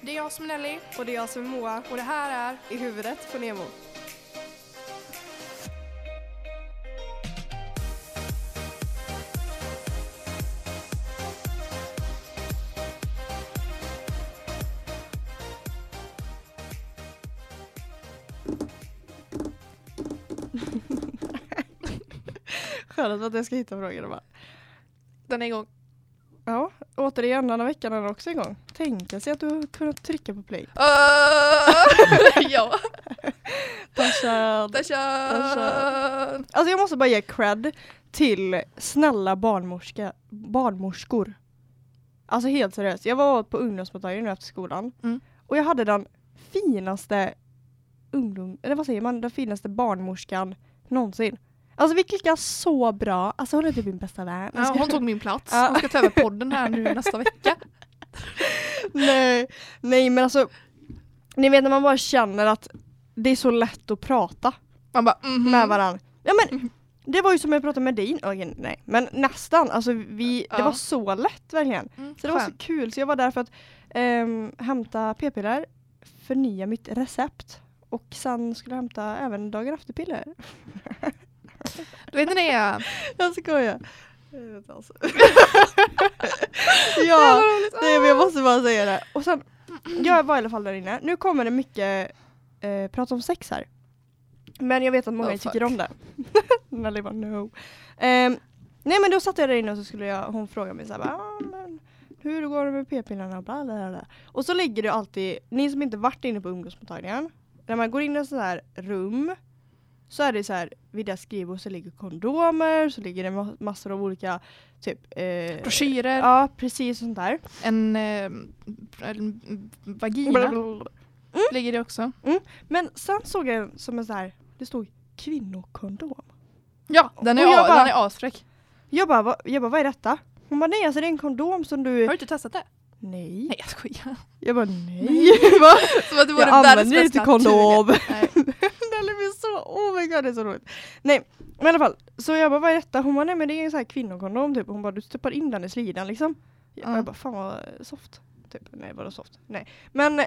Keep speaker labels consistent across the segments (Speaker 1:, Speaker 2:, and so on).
Speaker 1: Det är jag som är Nelly
Speaker 2: Och det är jag som är Moa.
Speaker 1: och det här är
Speaker 2: I huvudet på Nemo. Skönt att jag ska hitta frågan och bara.
Speaker 1: Den är igång.
Speaker 2: Ja, återigen den här veckan är den också igång. Tänka sig att du har kunnat trycka på play.
Speaker 1: ja,
Speaker 2: Tarzan.
Speaker 1: där kör!
Speaker 2: Alltså. Alltså jag måste bara ge cred till snälla barnmorska, barnmorskor. Alltså helt seriöst, jag var på ungdomsmottagningen nu efter skolan
Speaker 1: Mm.
Speaker 2: och jag hade den finaste ungdom, eller vad säger man, den finaste barnmorskan någonsin. Alltså vi klickade så bra, alltså hon är typ min bästa vän.
Speaker 1: Ja, hon tog min plats.
Speaker 2: Ja.
Speaker 1: Hon ska ta över podden här nu nästa vecka.
Speaker 2: nej, nej men alltså, ni vet när man bara känner att det är så lätt att prata.
Speaker 1: Man bara mhm.
Speaker 2: med varandra. Ja men det var ju som jag pratade med dig, Oj, nej men nästan, alltså vi, det
Speaker 1: Ja.
Speaker 2: var så lätt verkligen.
Speaker 1: Mm,
Speaker 2: Så det var så
Speaker 1: skönt.
Speaker 2: kul, så jag var där för att ehm, hämta p-piller, förnya mitt recept och sen skulle jag hämta även dagen efter-piller.
Speaker 1: Du vet när det är...
Speaker 2: Jag skojar. Jag vet inte alls. ja, nej, men jag måste bara säga det. Och sen, jag var i alla fall där inne. Nu kommer det mycket eh, prat om sex här. Men jag vet att många
Speaker 1: Oh,
Speaker 2: tycker om det. Nelly bara no. Ehm, nej men då satt jag där inne och så skulle jag, hon fråga mig såhär, ah, men hur går det med p-pillarna och bla bla bla. Och så ligger det alltid, ni som inte varit inne på ungdomsmottagningen, när man går in i ett sånt här rum så är det så här, vid deras skrivbord så ligger kondomer, så ligger det ma- massor av olika typ eh,
Speaker 1: Broschyrer,
Speaker 2: Ja, precis sånt där.
Speaker 1: en, eh, en vagina ligger det också.
Speaker 2: Men sen såg jag en som en så här, det stod kvinnokondom.
Speaker 1: Ja, den är,
Speaker 2: Och jag
Speaker 1: a-
Speaker 2: bara-
Speaker 1: den är asfräck.
Speaker 2: Jag bara, "Va- jag bara vad är detta? Hon bara nej alltså det är en kondom som du...
Speaker 1: Har du inte testat det?
Speaker 2: Nej.
Speaker 1: Nej jag skojar.
Speaker 2: Jag bara nej. Va?
Speaker 1: Som att det vore
Speaker 2: jag
Speaker 1: världens
Speaker 2: använder inte
Speaker 1: bästa
Speaker 2: kondom.
Speaker 1: naturliga- Nej.
Speaker 2: Nelly blir så, oh my god det är så roligt. Nej men i alla fall, så jag bara vad är detta? Hon bara nej men det är en sån här kvinnokondom typ. Hon bara du stoppar in den i slidan liksom. Jag,
Speaker 1: Ja.
Speaker 2: jag bara fan vad soft. Typ. Nej vadå soft? Nej. Men eh,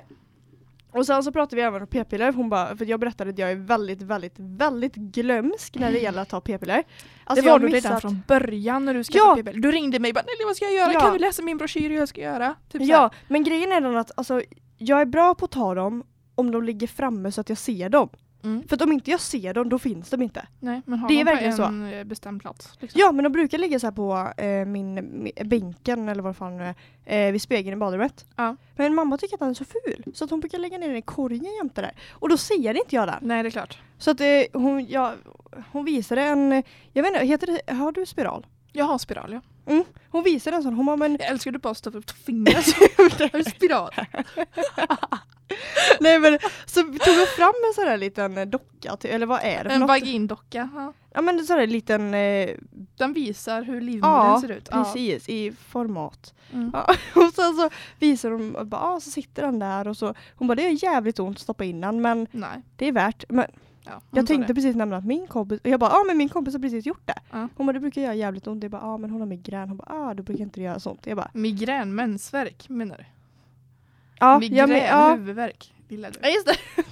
Speaker 2: och sen så pratade vi även om p-piller. Hon bara, för jag berättade att jag är väldigt väldigt väldigt glömsk när det
Speaker 1: Mm.
Speaker 2: gäller att ta p-piller. Alltså,
Speaker 1: det
Speaker 2: jag
Speaker 1: var
Speaker 2: har
Speaker 1: du redan
Speaker 2: missat-
Speaker 1: från början när du skrev
Speaker 2: Ja.
Speaker 1: ja. Du ringde mig och bara Nelly vad ska jag göra?
Speaker 2: Ja.
Speaker 1: Kan vi läsa min broschyr hur jag ska göra? Typ
Speaker 2: Ja, men grejen är den att alltså, jag är bra på att ta dem om de ligger framme så att jag ser dem.
Speaker 1: Mm.
Speaker 2: För att om inte jag ser dem, då finns de inte.
Speaker 1: Nej, men har
Speaker 2: Det är
Speaker 1: man på
Speaker 2: verkligen så.
Speaker 1: en eh, bestämd plats. Liksom.
Speaker 2: Ja, men de brukar ligga så här på eh, min, mi- bänken eller vad fan det är, eh, vid spegeln i badrummet.
Speaker 1: Ja.
Speaker 2: Men mamma tycker att den är så ful, så att hon brukar lägga ner den i korgen jämte där. Och då ser inte jag den.
Speaker 1: Nej, det är klart.
Speaker 2: Så att eh, hon, ja, hon visade en, eh, jag vet inte, heter det, har du spiral?
Speaker 1: Jag har spiral, ja.
Speaker 2: Hon visade en sån, hon bara men
Speaker 1: Jag älskar att du bara stoppar upp fingret. Har du spiral?
Speaker 2: nej men så tog hon fram en sån där liten eh, docka, ty- eller vad är det för
Speaker 1: En
Speaker 2: något?
Speaker 1: vagindocka. Ja.
Speaker 2: Ja men en sån där liten eh,
Speaker 1: Den visar hur livmodern
Speaker 2: Ja,
Speaker 1: ser ut.
Speaker 2: precis, i format.
Speaker 1: Ja. Mm.
Speaker 2: Ja, och sen så visar de, och bara, ah, så sitter den där och så, hon bara det är jävligt ont att stoppa in den men
Speaker 1: Nej.
Speaker 2: det är värt. Men
Speaker 1: Ja, hon
Speaker 2: jag
Speaker 1: sa
Speaker 2: tänkte
Speaker 1: det.
Speaker 2: precis nämna att min kompis, och jag bara ah, men min kompis har precis gjort det.
Speaker 1: Ja.
Speaker 2: Hon bara det brukar göra jävligt ont, jag bara ah, men hon har migrän, hon bara ah, då brukar inte det göra sånt. Jag bara
Speaker 1: Migrän, mensvärk menar du?
Speaker 2: ah,
Speaker 1: Migrän,
Speaker 2: jag men, ah.
Speaker 1: huvudvärk. Lilla du.
Speaker 2: just det.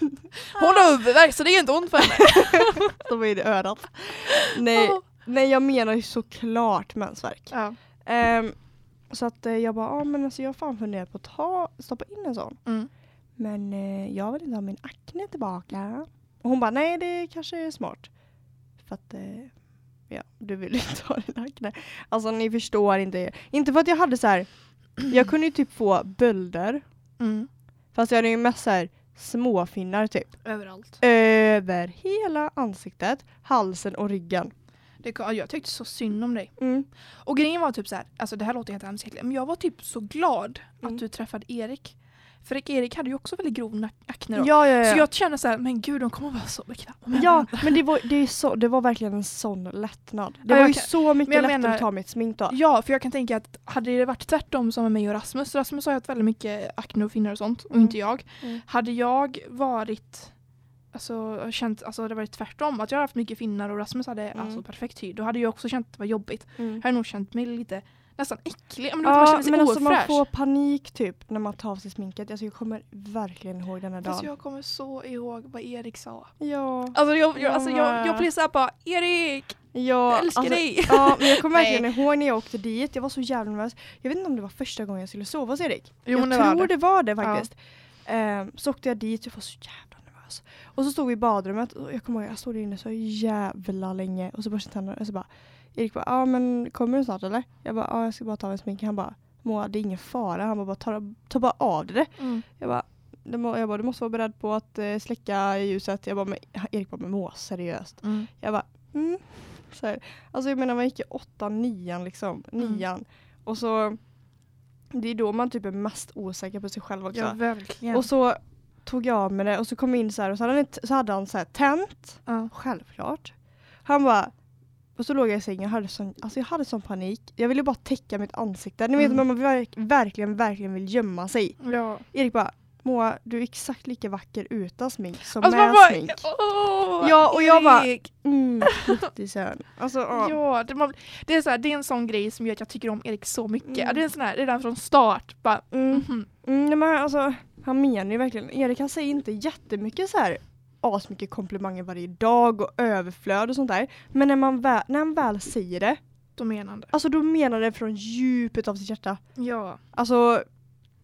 Speaker 1: Hon har huvudvärk så det är inte ont för henne.
Speaker 2: Stoppa in i örat. nej, nej jag menar ju såklart mensvärk.
Speaker 1: Ja.
Speaker 2: Ehm, så att eh, jag bara ah, men alltså jag har fan funderat på att ta, stoppa in en sån.
Speaker 1: Mm.
Speaker 2: Men eh, jag vill inte ha min akne tillbaka. Och hon bara, nej det kanske är smart. För att, eh, ja, du vill inte ha din akne. Alltså ni förstår inte. Inte för att jag hade så här. jag kunde ju typ få bölder.
Speaker 1: Mm.
Speaker 2: Fast jag hade ju mest så här småfinnar typ.
Speaker 1: Överallt.
Speaker 2: Över hela ansiktet, halsen och ryggen.
Speaker 1: Det, ja, jag tyckte så synd om dig.
Speaker 2: Mm.
Speaker 1: Och grejen var typ så här, alltså det här låter helt hemskt egentligen, men jag var typ så glad
Speaker 2: Mm.
Speaker 1: att du träffade Erik. För Erik hade ju också väldigt grov nack- akne då.
Speaker 2: Ja, ja, ja.
Speaker 1: Så jag kände så här, men gud de kommer vara så bekväma med
Speaker 2: Ja,
Speaker 1: varandra.
Speaker 2: men det var, det, är så, det var verkligen en sån lättnad. Det
Speaker 1: Ja,
Speaker 2: var
Speaker 1: jag
Speaker 2: ju
Speaker 1: kan-
Speaker 2: så mycket
Speaker 1: men jag
Speaker 2: lättare
Speaker 1: menar-
Speaker 2: att ta mitt smink då.
Speaker 1: Ja, för jag kan tänka att hade det varit tvärtom som med mig och Rasmus, Rasmus har ju haft väldigt mycket akne och finnar och sånt, och
Speaker 2: Mm.
Speaker 1: inte jag.
Speaker 2: Mm.
Speaker 1: Hade jag varit, alltså känt, alltså det varit tvärtom, att jag har haft mycket finnar och Rasmus hade
Speaker 2: Mm.
Speaker 1: alltså perfekt hy, då hade jag också känt att det var jobbigt.
Speaker 2: Mm.
Speaker 1: Jag hade nog känt mig lite, nästan äcklig. Men, du vet, man
Speaker 2: Ja,
Speaker 1: känner sig
Speaker 2: men alltså
Speaker 1: ofräsch.
Speaker 2: man får panik typ när man tar av sig sminket. Alltså, jag kommer verkligen ihåg den här
Speaker 1: Fast
Speaker 2: dagen.
Speaker 1: jag kommer så ihåg vad Erik sa.
Speaker 2: Ja,
Speaker 1: Alltså jag, jag,
Speaker 2: Jag
Speaker 1: alltså jag, jag
Speaker 2: med.
Speaker 1: blir såhär bara Erik,
Speaker 2: ja,
Speaker 1: jag älskar
Speaker 2: alltså,
Speaker 1: dig.
Speaker 2: Ja, men jag kommer
Speaker 1: Nej.
Speaker 2: verkligen ihåg när jag åkte dit. Jag var så jävla nervös. Jag vet inte om det var första gången jag skulle sova hos Erik.
Speaker 1: Jo,
Speaker 2: jag
Speaker 1: men det var
Speaker 2: tror
Speaker 1: det.
Speaker 2: det var det faktiskt. Ehm, så åkte jag dit, jag var så jävla nervös. Och så stod vi i badrummet och jag kommer ihåg, jag stod där inne så jävla länge. Och så borstade jag tänderna och så bara, Erik bara, ja men kommer du snart eller? Jag bara, ja jag ska bara ta av mig sminken. Han bara, Moa det är ingen fara. Han bara, bara ta, ta bara av dig det.
Speaker 1: Mm.
Speaker 2: Jag bara, du må, jag bara, du måste vara beredd på att eh, släcka ljuset. Jag bara, men, Erik bara, men Moa seriöst.
Speaker 1: Mm.
Speaker 2: Jag bara, mm. Så här. Alltså jag menar man gick i åttan, nian liksom.
Speaker 1: Mm.
Speaker 2: Nian. Och så, det är då man typ är mest osäker på sig själv också.
Speaker 1: Ja verkligen.
Speaker 2: och så tog jag av mig det och så kom jag in så här och så hade han, ett, så hade han så här tänt.
Speaker 1: ja.
Speaker 2: Självklart. Han bara, och så låg jag i sängen och hade sån, alltså jag hade sån panik. Jag ville bara täcka mitt ansikte. Ni vet
Speaker 1: Mm.
Speaker 2: när man verk, verkligen, verkligen vill gömma sig.
Speaker 1: ja.
Speaker 2: Erik bara, Moa du är exakt lika vacker utan smink som
Speaker 1: Alltså man
Speaker 2: med
Speaker 1: bara,
Speaker 2: smink.
Speaker 1: åh,
Speaker 2: Ja, och jag bara-
Speaker 1: Erik.
Speaker 2: Mm, riktig sön. Alltså, ja.
Speaker 1: Ja, det, man, det, är så här, det är en sån grej som gör att jag tycker om Erik så mycket.
Speaker 2: Mm.
Speaker 1: Det är en sån här, redan från start, bara
Speaker 2: Mm.
Speaker 1: mhm.
Speaker 2: Mm, nej, men alltså, han menar ju verkligen, Erik han säger inte jättemycket så här asmycket komplimanger varje dag och överflöd och sånt där. Men när, man väl, när han väl säger det,
Speaker 1: dominerande.
Speaker 2: alltså då menar det från djupet av sitt hjärta.
Speaker 1: Ja.
Speaker 2: Alltså,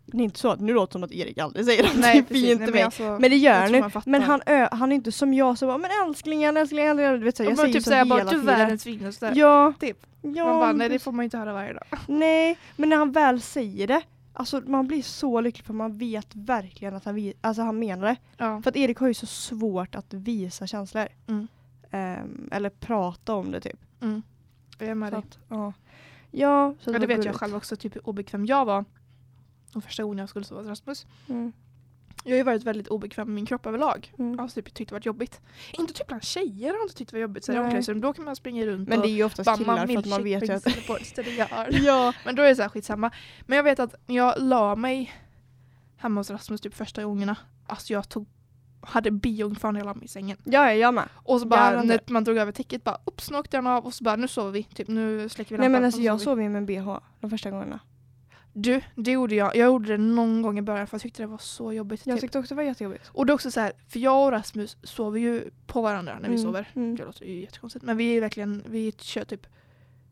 Speaker 2: det är inte så att nu låter det som att Erik aldrig säger någonting fint till mig.
Speaker 1: men
Speaker 2: Men,
Speaker 1: alltså,
Speaker 2: det gör
Speaker 1: jag
Speaker 2: han
Speaker 1: tror
Speaker 2: nu.
Speaker 1: man fattar.
Speaker 2: Men han, ö, han är inte som jag som bara, men älsklingen, älsklingen, älsklingen. Du vet, så, här,
Speaker 1: jag bara
Speaker 2: jag säger
Speaker 1: typ
Speaker 2: så
Speaker 1: säger bara,
Speaker 2: hela
Speaker 1: du är
Speaker 2: tiden.
Speaker 1: världens finaste.
Speaker 2: Ja,
Speaker 1: Typ.
Speaker 2: ja.
Speaker 1: man bara,
Speaker 2: men
Speaker 1: nej det
Speaker 2: precis.
Speaker 1: får man ju inte höra varje dag.
Speaker 2: Nej, men när han väl säger det, alltså man blir så lycklig för man vet verkligen att han, vi- alltså, han menar det.
Speaker 1: Ja.
Speaker 2: För att Erik har ju så svårt att visa känslor.
Speaker 1: Mm.
Speaker 2: Ehm, eller prata om det typ.
Speaker 1: Mm. Jag är med
Speaker 2: Så
Speaker 1: dig.
Speaker 2: att, ja. ja, så
Speaker 1: Ja,
Speaker 2: var
Speaker 1: det vet jag
Speaker 2: gulligt.
Speaker 1: själv också, typ hur obekväm jag var. De första gången jag skulle sova hos Rasmus.
Speaker 2: Mm.
Speaker 1: Jag har ju varit väldigt obekväm med min kropp överlag.
Speaker 2: Mm.
Speaker 1: Jag har typ tyckt det varit jobbigt. Inte typ bland tjejer har jag inte tyckt det var jobbigt. Så här, i
Speaker 2: Nej.
Speaker 1: omklädningsrum, då kan man springa runt
Speaker 2: Men
Speaker 1: och
Speaker 2: det är ju oftast killar för att man vet ju att...
Speaker 1: att...
Speaker 2: ja.
Speaker 1: Men då är det så här skitsamma. Men jag vet att när jag la mig hemma hos Rasmus typ första gångerna. Alltså jag tog, hade biong för när jag la mig i sängen.
Speaker 2: ja, jag med.
Speaker 1: Och så bara
Speaker 2: Jävlar.
Speaker 1: när man drog över täcket bara upps, nu åkte den av och så bara nu sover vi. Typ nu släcker vi
Speaker 2: Nej
Speaker 1: lampan.
Speaker 2: men
Speaker 1: och
Speaker 2: alltså
Speaker 1: så
Speaker 2: jag
Speaker 1: sover vi.
Speaker 2: sov ju med bh de första gångerna.
Speaker 1: Du, det gjorde jag. Jag gjorde det någon gång i början för jag tyckte det var så jobbigt.
Speaker 2: Jag
Speaker 1: typ.
Speaker 2: tyckte också det var jättejobbigt.
Speaker 1: Och det är också så här, för jag och Rasmus sover ju på varandra när vi
Speaker 2: Mm,
Speaker 1: sover.
Speaker 2: Mm.
Speaker 1: Det låter ju jättekonstigt men vi är verkligen, vi kör typ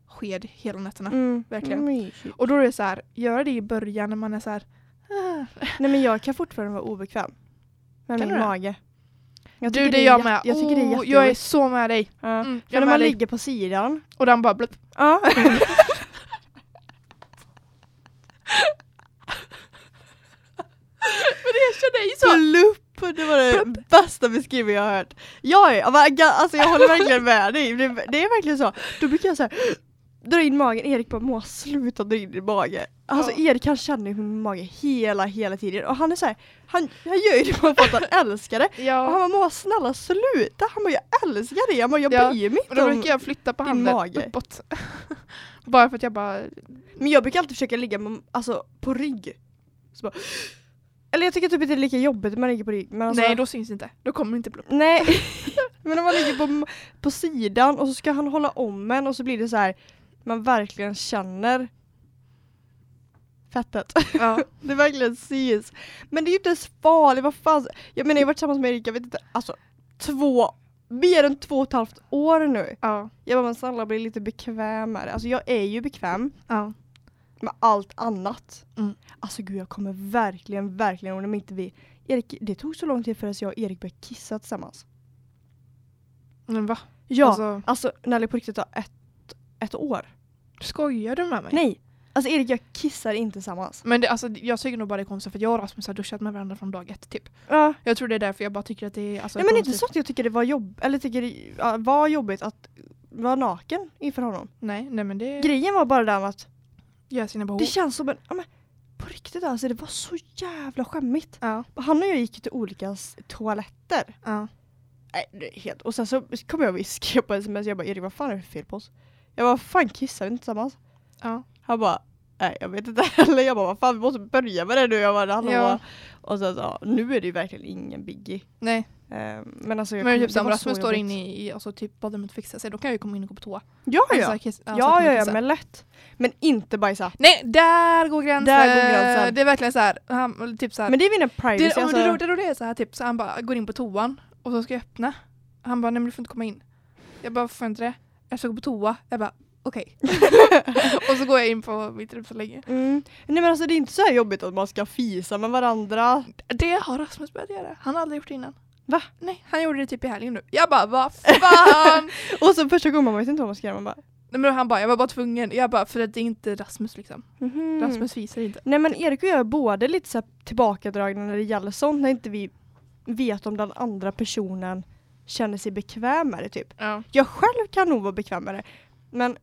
Speaker 1: sked hela nätterna.
Speaker 2: Mm.
Speaker 1: verkligen.
Speaker 2: Mysigt.
Speaker 1: Och då är det så här, göra det i början när man är så här ah,
Speaker 2: Nej men jag kan fortfarande vara obekväm. Med
Speaker 1: Kan
Speaker 2: min
Speaker 1: du det?
Speaker 2: mage. Jag
Speaker 1: Du
Speaker 2: tycker
Speaker 1: det är
Speaker 2: jä-
Speaker 1: jag med.
Speaker 2: Jag tycker det är
Speaker 1: oh, jag är
Speaker 2: jättejobbigt.
Speaker 1: så med dig.
Speaker 2: Ja.
Speaker 1: Mm,
Speaker 2: För
Speaker 1: jag är
Speaker 2: när
Speaker 1: med
Speaker 2: man
Speaker 1: dig.
Speaker 2: ligger på sidan.
Speaker 1: Och den bara blup.
Speaker 2: Ja.
Speaker 1: Men jag känner dig så.
Speaker 2: Plupp! Det var det bästa beskrivningen jag har hört. Jag, är, alltså jag håller verkligen med dig. Det, det är verkligen så. Då brukar jag så här, dra in magen. Erik bara Moa sluta dra in din mage. Alltså
Speaker 1: Ja.
Speaker 2: Erik han känner ju min mage hela hela tiden. Och han är så här, han, han gör ju det bara för att han älskar det. Och han
Speaker 1: Ja.
Speaker 2: bara Moa snälla sluta. Han bara jag älskar dig. Jag bara jag
Speaker 1: Ja.
Speaker 2: bryr mig
Speaker 1: Och
Speaker 2: inte
Speaker 1: då
Speaker 2: om
Speaker 1: brukar jag flytta på
Speaker 2: din
Speaker 1: handen
Speaker 2: mage.
Speaker 1: uppåt. bara för att jag bara,
Speaker 2: Men jag brukar alltid försöka ligga med, alltså, på rygg. Så bara, eller jag tycker typ inte det är lika jobbigt om man ligger på rygg. Men alltså,
Speaker 1: nej då syns inte. Då kommer inte blup.
Speaker 2: nej. men om man ligger på, på sidan och så ska han hålla om en och så blir det så här man verkligen känner fettet.
Speaker 1: Ja.
Speaker 2: det verkligen syns. Men det är ju inte ens farligt. Vad fan? Jag menar jag har varit tillsammans med Erik, jag vet inte, alltså två, mer än två och ett halvt år nu.
Speaker 1: ja.
Speaker 2: Jag bara men snälla bli lite bekvämare. Alltså jag är ju bekväm
Speaker 1: ja.
Speaker 2: med allt annat.
Speaker 1: Mm.
Speaker 2: Alltså gud jag kommer verkligen, verkligen ihåg om inte vi... Erik, det tog så lång tid förrän jag och Erik började kissa tillsammans.
Speaker 1: Men va?
Speaker 2: Ja, alltså,
Speaker 1: Alltså,
Speaker 2: Nelly på riktigt det var ett, ett år.
Speaker 1: skojar du med mig?
Speaker 2: Nej! Alltså Erik jag kissar inte tillsammans.
Speaker 1: Men det, alltså, jag tycker nog bara det är konstigt för att jag och Rasmus har duschat med varandra från dag ett typ.
Speaker 2: Ja.
Speaker 1: Jag tror det är därför jag bara tycker att det är alltså,
Speaker 2: Nej men inte
Speaker 1: konstigt.
Speaker 2: så att jag tycker det var jobb eller tycker det ja, var jobbigt att vara naken inför honom.
Speaker 1: Nej, nej men det
Speaker 2: Grejen var bara den att
Speaker 1: gör sina behov.
Speaker 2: det känns som en, ja, men, på riktigt alltså det var så jävla skämmigt.
Speaker 1: ja.
Speaker 2: Han och jag gick till olika s- toaletter.
Speaker 1: ja.
Speaker 2: Nej, det är helt... Och sen så kom jag och skrev på sms, jag bara Erik vad fan är det för fel på oss? Jag bara fan kissar vi inte tillsammans?
Speaker 1: Ja.
Speaker 2: Han bara nej jag vet inte heller. Jag bara vad fan vi måste börja med det nu. Jag bara, hallå.
Speaker 1: Ja.
Speaker 2: Och sen så, ja, nu är det ju verkligen ingen biggie.
Speaker 1: Nej,
Speaker 2: Ehm, men alltså jag
Speaker 1: Men
Speaker 2: kommer-
Speaker 1: typ såhär, om
Speaker 2: var så
Speaker 1: Rasmus står
Speaker 2: jobbigt.
Speaker 1: inne i alltså, typ badrummet och fixar sig, då kan jag ju komma in och gå på toa.
Speaker 2: Ja
Speaker 1: Alltså,
Speaker 2: ja.
Speaker 1: här, kiss- alltså,
Speaker 2: Ja
Speaker 1: att man
Speaker 2: ja ja
Speaker 1: kissar.
Speaker 2: men lätt. Men inte bajsa.
Speaker 1: Nej, där går gränsen!
Speaker 2: Där går gränsen.
Speaker 1: Det är verkligen såhär, han, typ såhär.
Speaker 2: Men det är mina privacy
Speaker 1: det,
Speaker 2: alltså.
Speaker 1: det, ro- det roliga är såhär, typ, så han bara går in på toan och så ska jag öppna. Han bara, nej men du får inte komma in. Jag bara, varför inte det? Jag ska gå på toa. Jag bara, okej. och så går jag in på mitt rum så länge.
Speaker 2: Mm. Nej men alltså det är inte så här jobbigt att man ska fisa med varandra.
Speaker 1: Det har Rasmus börjat göra. Han har aldrig gjort det innan.
Speaker 2: Va?
Speaker 1: Nej, han gjorde det typ i helgen nu. Jag bara, vad fan!
Speaker 2: Och så första gången man vet inte vad man ska göra. Man bara,
Speaker 1: nej, men han bara, jag var bara tvungen. Jag bara, för att det är inte Rasmus liksom.
Speaker 2: mhm.
Speaker 1: Rasmus visar inte.
Speaker 2: Nej men Erik och jag är både lite så här tillbakadragna när det gäller sånt när inte vi vet om den andra personen känner sig bekväm med det typ.
Speaker 1: Ja.
Speaker 2: Jag själv kan nog vara bekväm med det. Men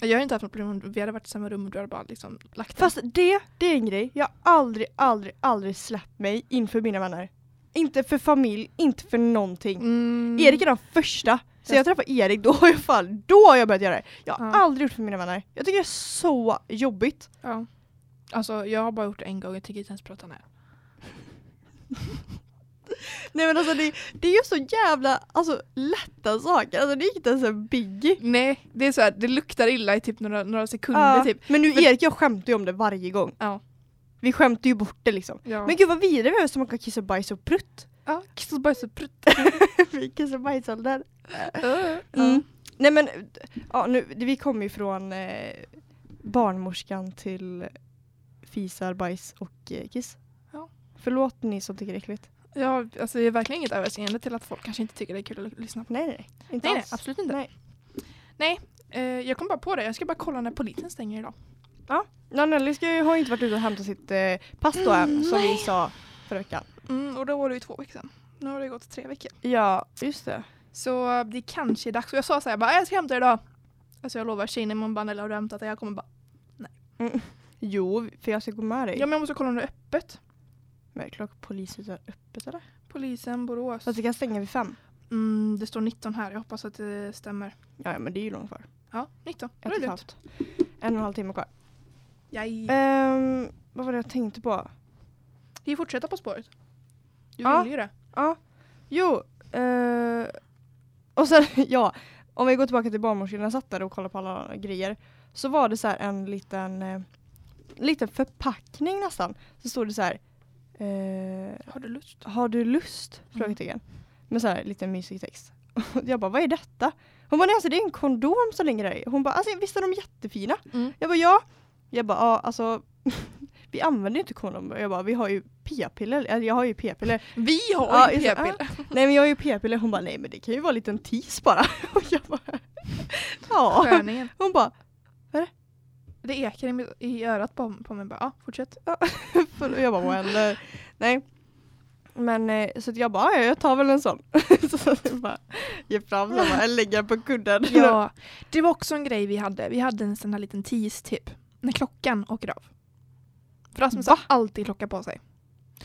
Speaker 1: Jag har inte haft något problem om vi hade varit i samma rum och du hade bara liksom lagt den.
Speaker 2: fast det, det är en grej. Jag har aldrig, aldrig, aldrig släppt mig inför mina vänner. Inte för familj, inte för någonting.
Speaker 1: Mm.
Speaker 2: Erik är den första. Så
Speaker 1: Jag-
Speaker 2: jag träffar Erik, då har jag fan, då har jag börjat göra det. Jag har
Speaker 1: Ja.
Speaker 2: aldrig gjort det för mina vänner. Jag tycker det är så jobbigt.
Speaker 1: Ja. Alltså jag har bara gjort det en gång, jag tänker inte ens prata om det.
Speaker 2: Nej men alltså det, det är ju så jävla alltså, lätta saker, alltså det är inte ens en biggie.
Speaker 1: Nej, det är så här, det luktar illa i typ några, några sekunder
Speaker 2: Ja,
Speaker 1: typ.
Speaker 2: Men nu
Speaker 1: Men-
Speaker 2: Erik jag skämtar ju om det varje gång.
Speaker 1: Ja.
Speaker 2: Vi smakar ju bort det liksom.
Speaker 1: Ja.
Speaker 2: Men gud vad vidare vi är som kan kissa bajs och prutt.
Speaker 1: ja, kiss och bajs och prutt.
Speaker 2: vi kissar bajsåldern.
Speaker 1: Mm.
Speaker 2: Mm. Nej men ja, nu, vi kommer ju från eh, barnmorskan till fisar, bajs och eh, kiss.
Speaker 1: Ja.
Speaker 2: Förlåt ni som tycker det är äckligt.
Speaker 1: Ja, alltså det är verkligen inget överseende till att folk kanske inte tycker det är kul att lyssna på.
Speaker 2: Nej nej, nej. inte
Speaker 1: Nej, nej,
Speaker 2: alls.
Speaker 1: absolut inte.
Speaker 2: Nej.
Speaker 1: Nej, eh, jag kom bara på det. Jag ska bara kolla när polisen stänger idag.
Speaker 2: Nej, Nelly ska ju, har ju inte varit ute och hämtat sitt eh, pass då
Speaker 1: Mm,
Speaker 2: än, som vi
Speaker 1: nej.
Speaker 2: sa förra veckan.
Speaker 1: Mm, och då var det ju två veckor sedan. Nu har det gått tre veckor.
Speaker 2: Ja, just det.
Speaker 1: Så eh, det kanske är dags. Och jag sa så här, jag, bara, "Ah, jag ska hämta det idag. Alltså jag lovar tjejen i min banella har du hämtat det? Jag kommer bara,
Speaker 2: Jo, för jag ska gå med dig.
Speaker 1: ja men jag måste kolla om det är öppet.
Speaker 2: Men klockan polishuset är öppet eller?
Speaker 1: Polisen, Borås.
Speaker 2: Så att vi kan stänga vid fem?
Speaker 1: Mm, det står 19 här, jag hoppas att det stämmer.
Speaker 2: Ja, men det är ju långt kvar.
Speaker 1: Ja, 19. Då är
Speaker 2: Ett och ett
Speaker 1: det lugnt.
Speaker 2: halvt. En och en halv timme kvar.
Speaker 1: Jaj.
Speaker 2: Ehm, vad var det jag tänkte på?
Speaker 1: Vi fortsätter På spåret. Du
Speaker 2: Ja.
Speaker 1: vill ju det.
Speaker 2: Ja, jo. eh, och sen, ja. Om vi går tillbaka till barnmorskan, jag satt där och kollade på alla grejer. Så var det så här en liten, eh, liten förpackning nästan. Så stod det så här. eh,
Speaker 1: Har du lust?
Speaker 2: har du lust? Frågetecken. Med så här lite mysig text. Och Jag bara, vad är detta? Hon bara, nej alltså det är en kondom som ligger där i. Hon bara, alltså visst är de jättefina?
Speaker 1: Mm.
Speaker 2: Jag bara, ja. Jag bara, ja alltså. vi använder ju inte kondomer. Jag bara, vi har ju p-piller. Eller, Jag har ju p-piller.
Speaker 1: Vi har
Speaker 2: Ja,
Speaker 1: ju
Speaker 2: just det.
Speaker 1: p-piller.
Speaker 2: nej men jag har ju p-piller. Hon bara, nej men det kan ju vara en liten tis bara. Och jag bara, ja.
Speaker 1: Skärningen.
Speaker 2: Hon bara,
Speaker 1: Det ekar i, mitt- i örat på, på mig. Bara, ja, fortsätt.
Speaker 2: För jag bara well, eh, nej. Men eh, så att jag bara, ja, jag tar väl en sån. så jag bara ger fram den och bara lägger på kudden.
Speaker 1: Ja, det var också en grej vi hade. Vi hade en sån här liten tis typ. När klockan åker av. För Rasmus har alltid klocka på sig.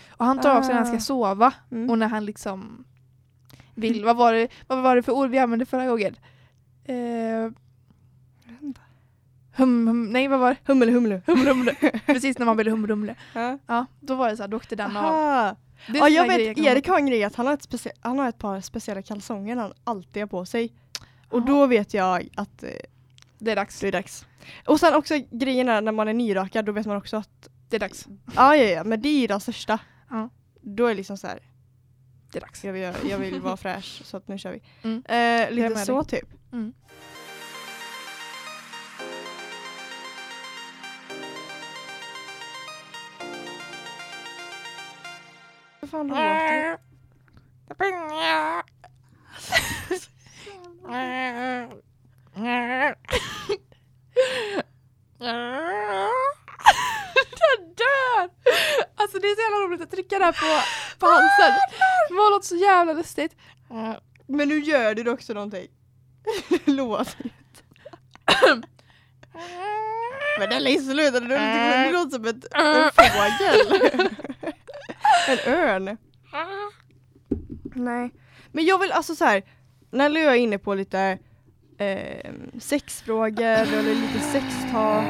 Speaker 1: Och han tar av sig när han
Speaker 2: Ah.
Speaker 1: ska sova.
Speaker 2: Mm.
Speaker 1: Och när han liksom vill. Vad var det, vad var det för ord vi använde förra gången? Eh, hum, hum, nej, vad var det?
Speaker 2: Humle humle.
Speaker 1: Humrumle. Precis när man ville humrumle.
Speaker 2: Ja.
Speaker 1: Ja, då var det så här, då åkte den av.
Speaker 2: Aha.
Speaker 1: Det är
Speaker 2: Ja,
Speaker 1: en sån
Speaker 2: jag
Speaker 1: här grej
Speaker 2: vet,
Speaker 1: kan-
Speaker 2: Erik har en grej att han har ett, specie- han har ett par speciella kalsonger han alltid har på sig. Och
Speaker 1: Aha.
Speaker 2: då vet jag att eh,
Speaker 1: Det är dags.
Speaker 2: det är dags. Och sen också grejen är när man är nyrakad då vet man också att
Speaker 1: Det är dags.
Speaker 2: ja ja ja men det är ju den största.
Speaker 1: Ja.
Speaker 2: Då är det liksom så här,
Speaker 1: Det är dags.
Speaker 2: jag vill, jag vill vara fräsch så att nu kör vi.
Speaker 1: Mm.
Speaker 2: Eh,
Speaker 1: Jag är
Speaker 2: lite
Speaker 1: med
Speaker 2: så typ.
Speaker 1: Mm.
Speaker 2: Vad fan låter det?
Speaker 1: Jag dör! Alltså det är så jävla roligt att trycka där på, på halsen. Det var något så jävla lustigt.
Speaker 2: Men nu gör du också någonting. Låt. Men Nelly sluta, du låter du låter som ett, en fågel. en örn. Nej. Men jag vill alltså så här. Nelly och jag är inne på lite eh, sexfrågor eller lite sextak.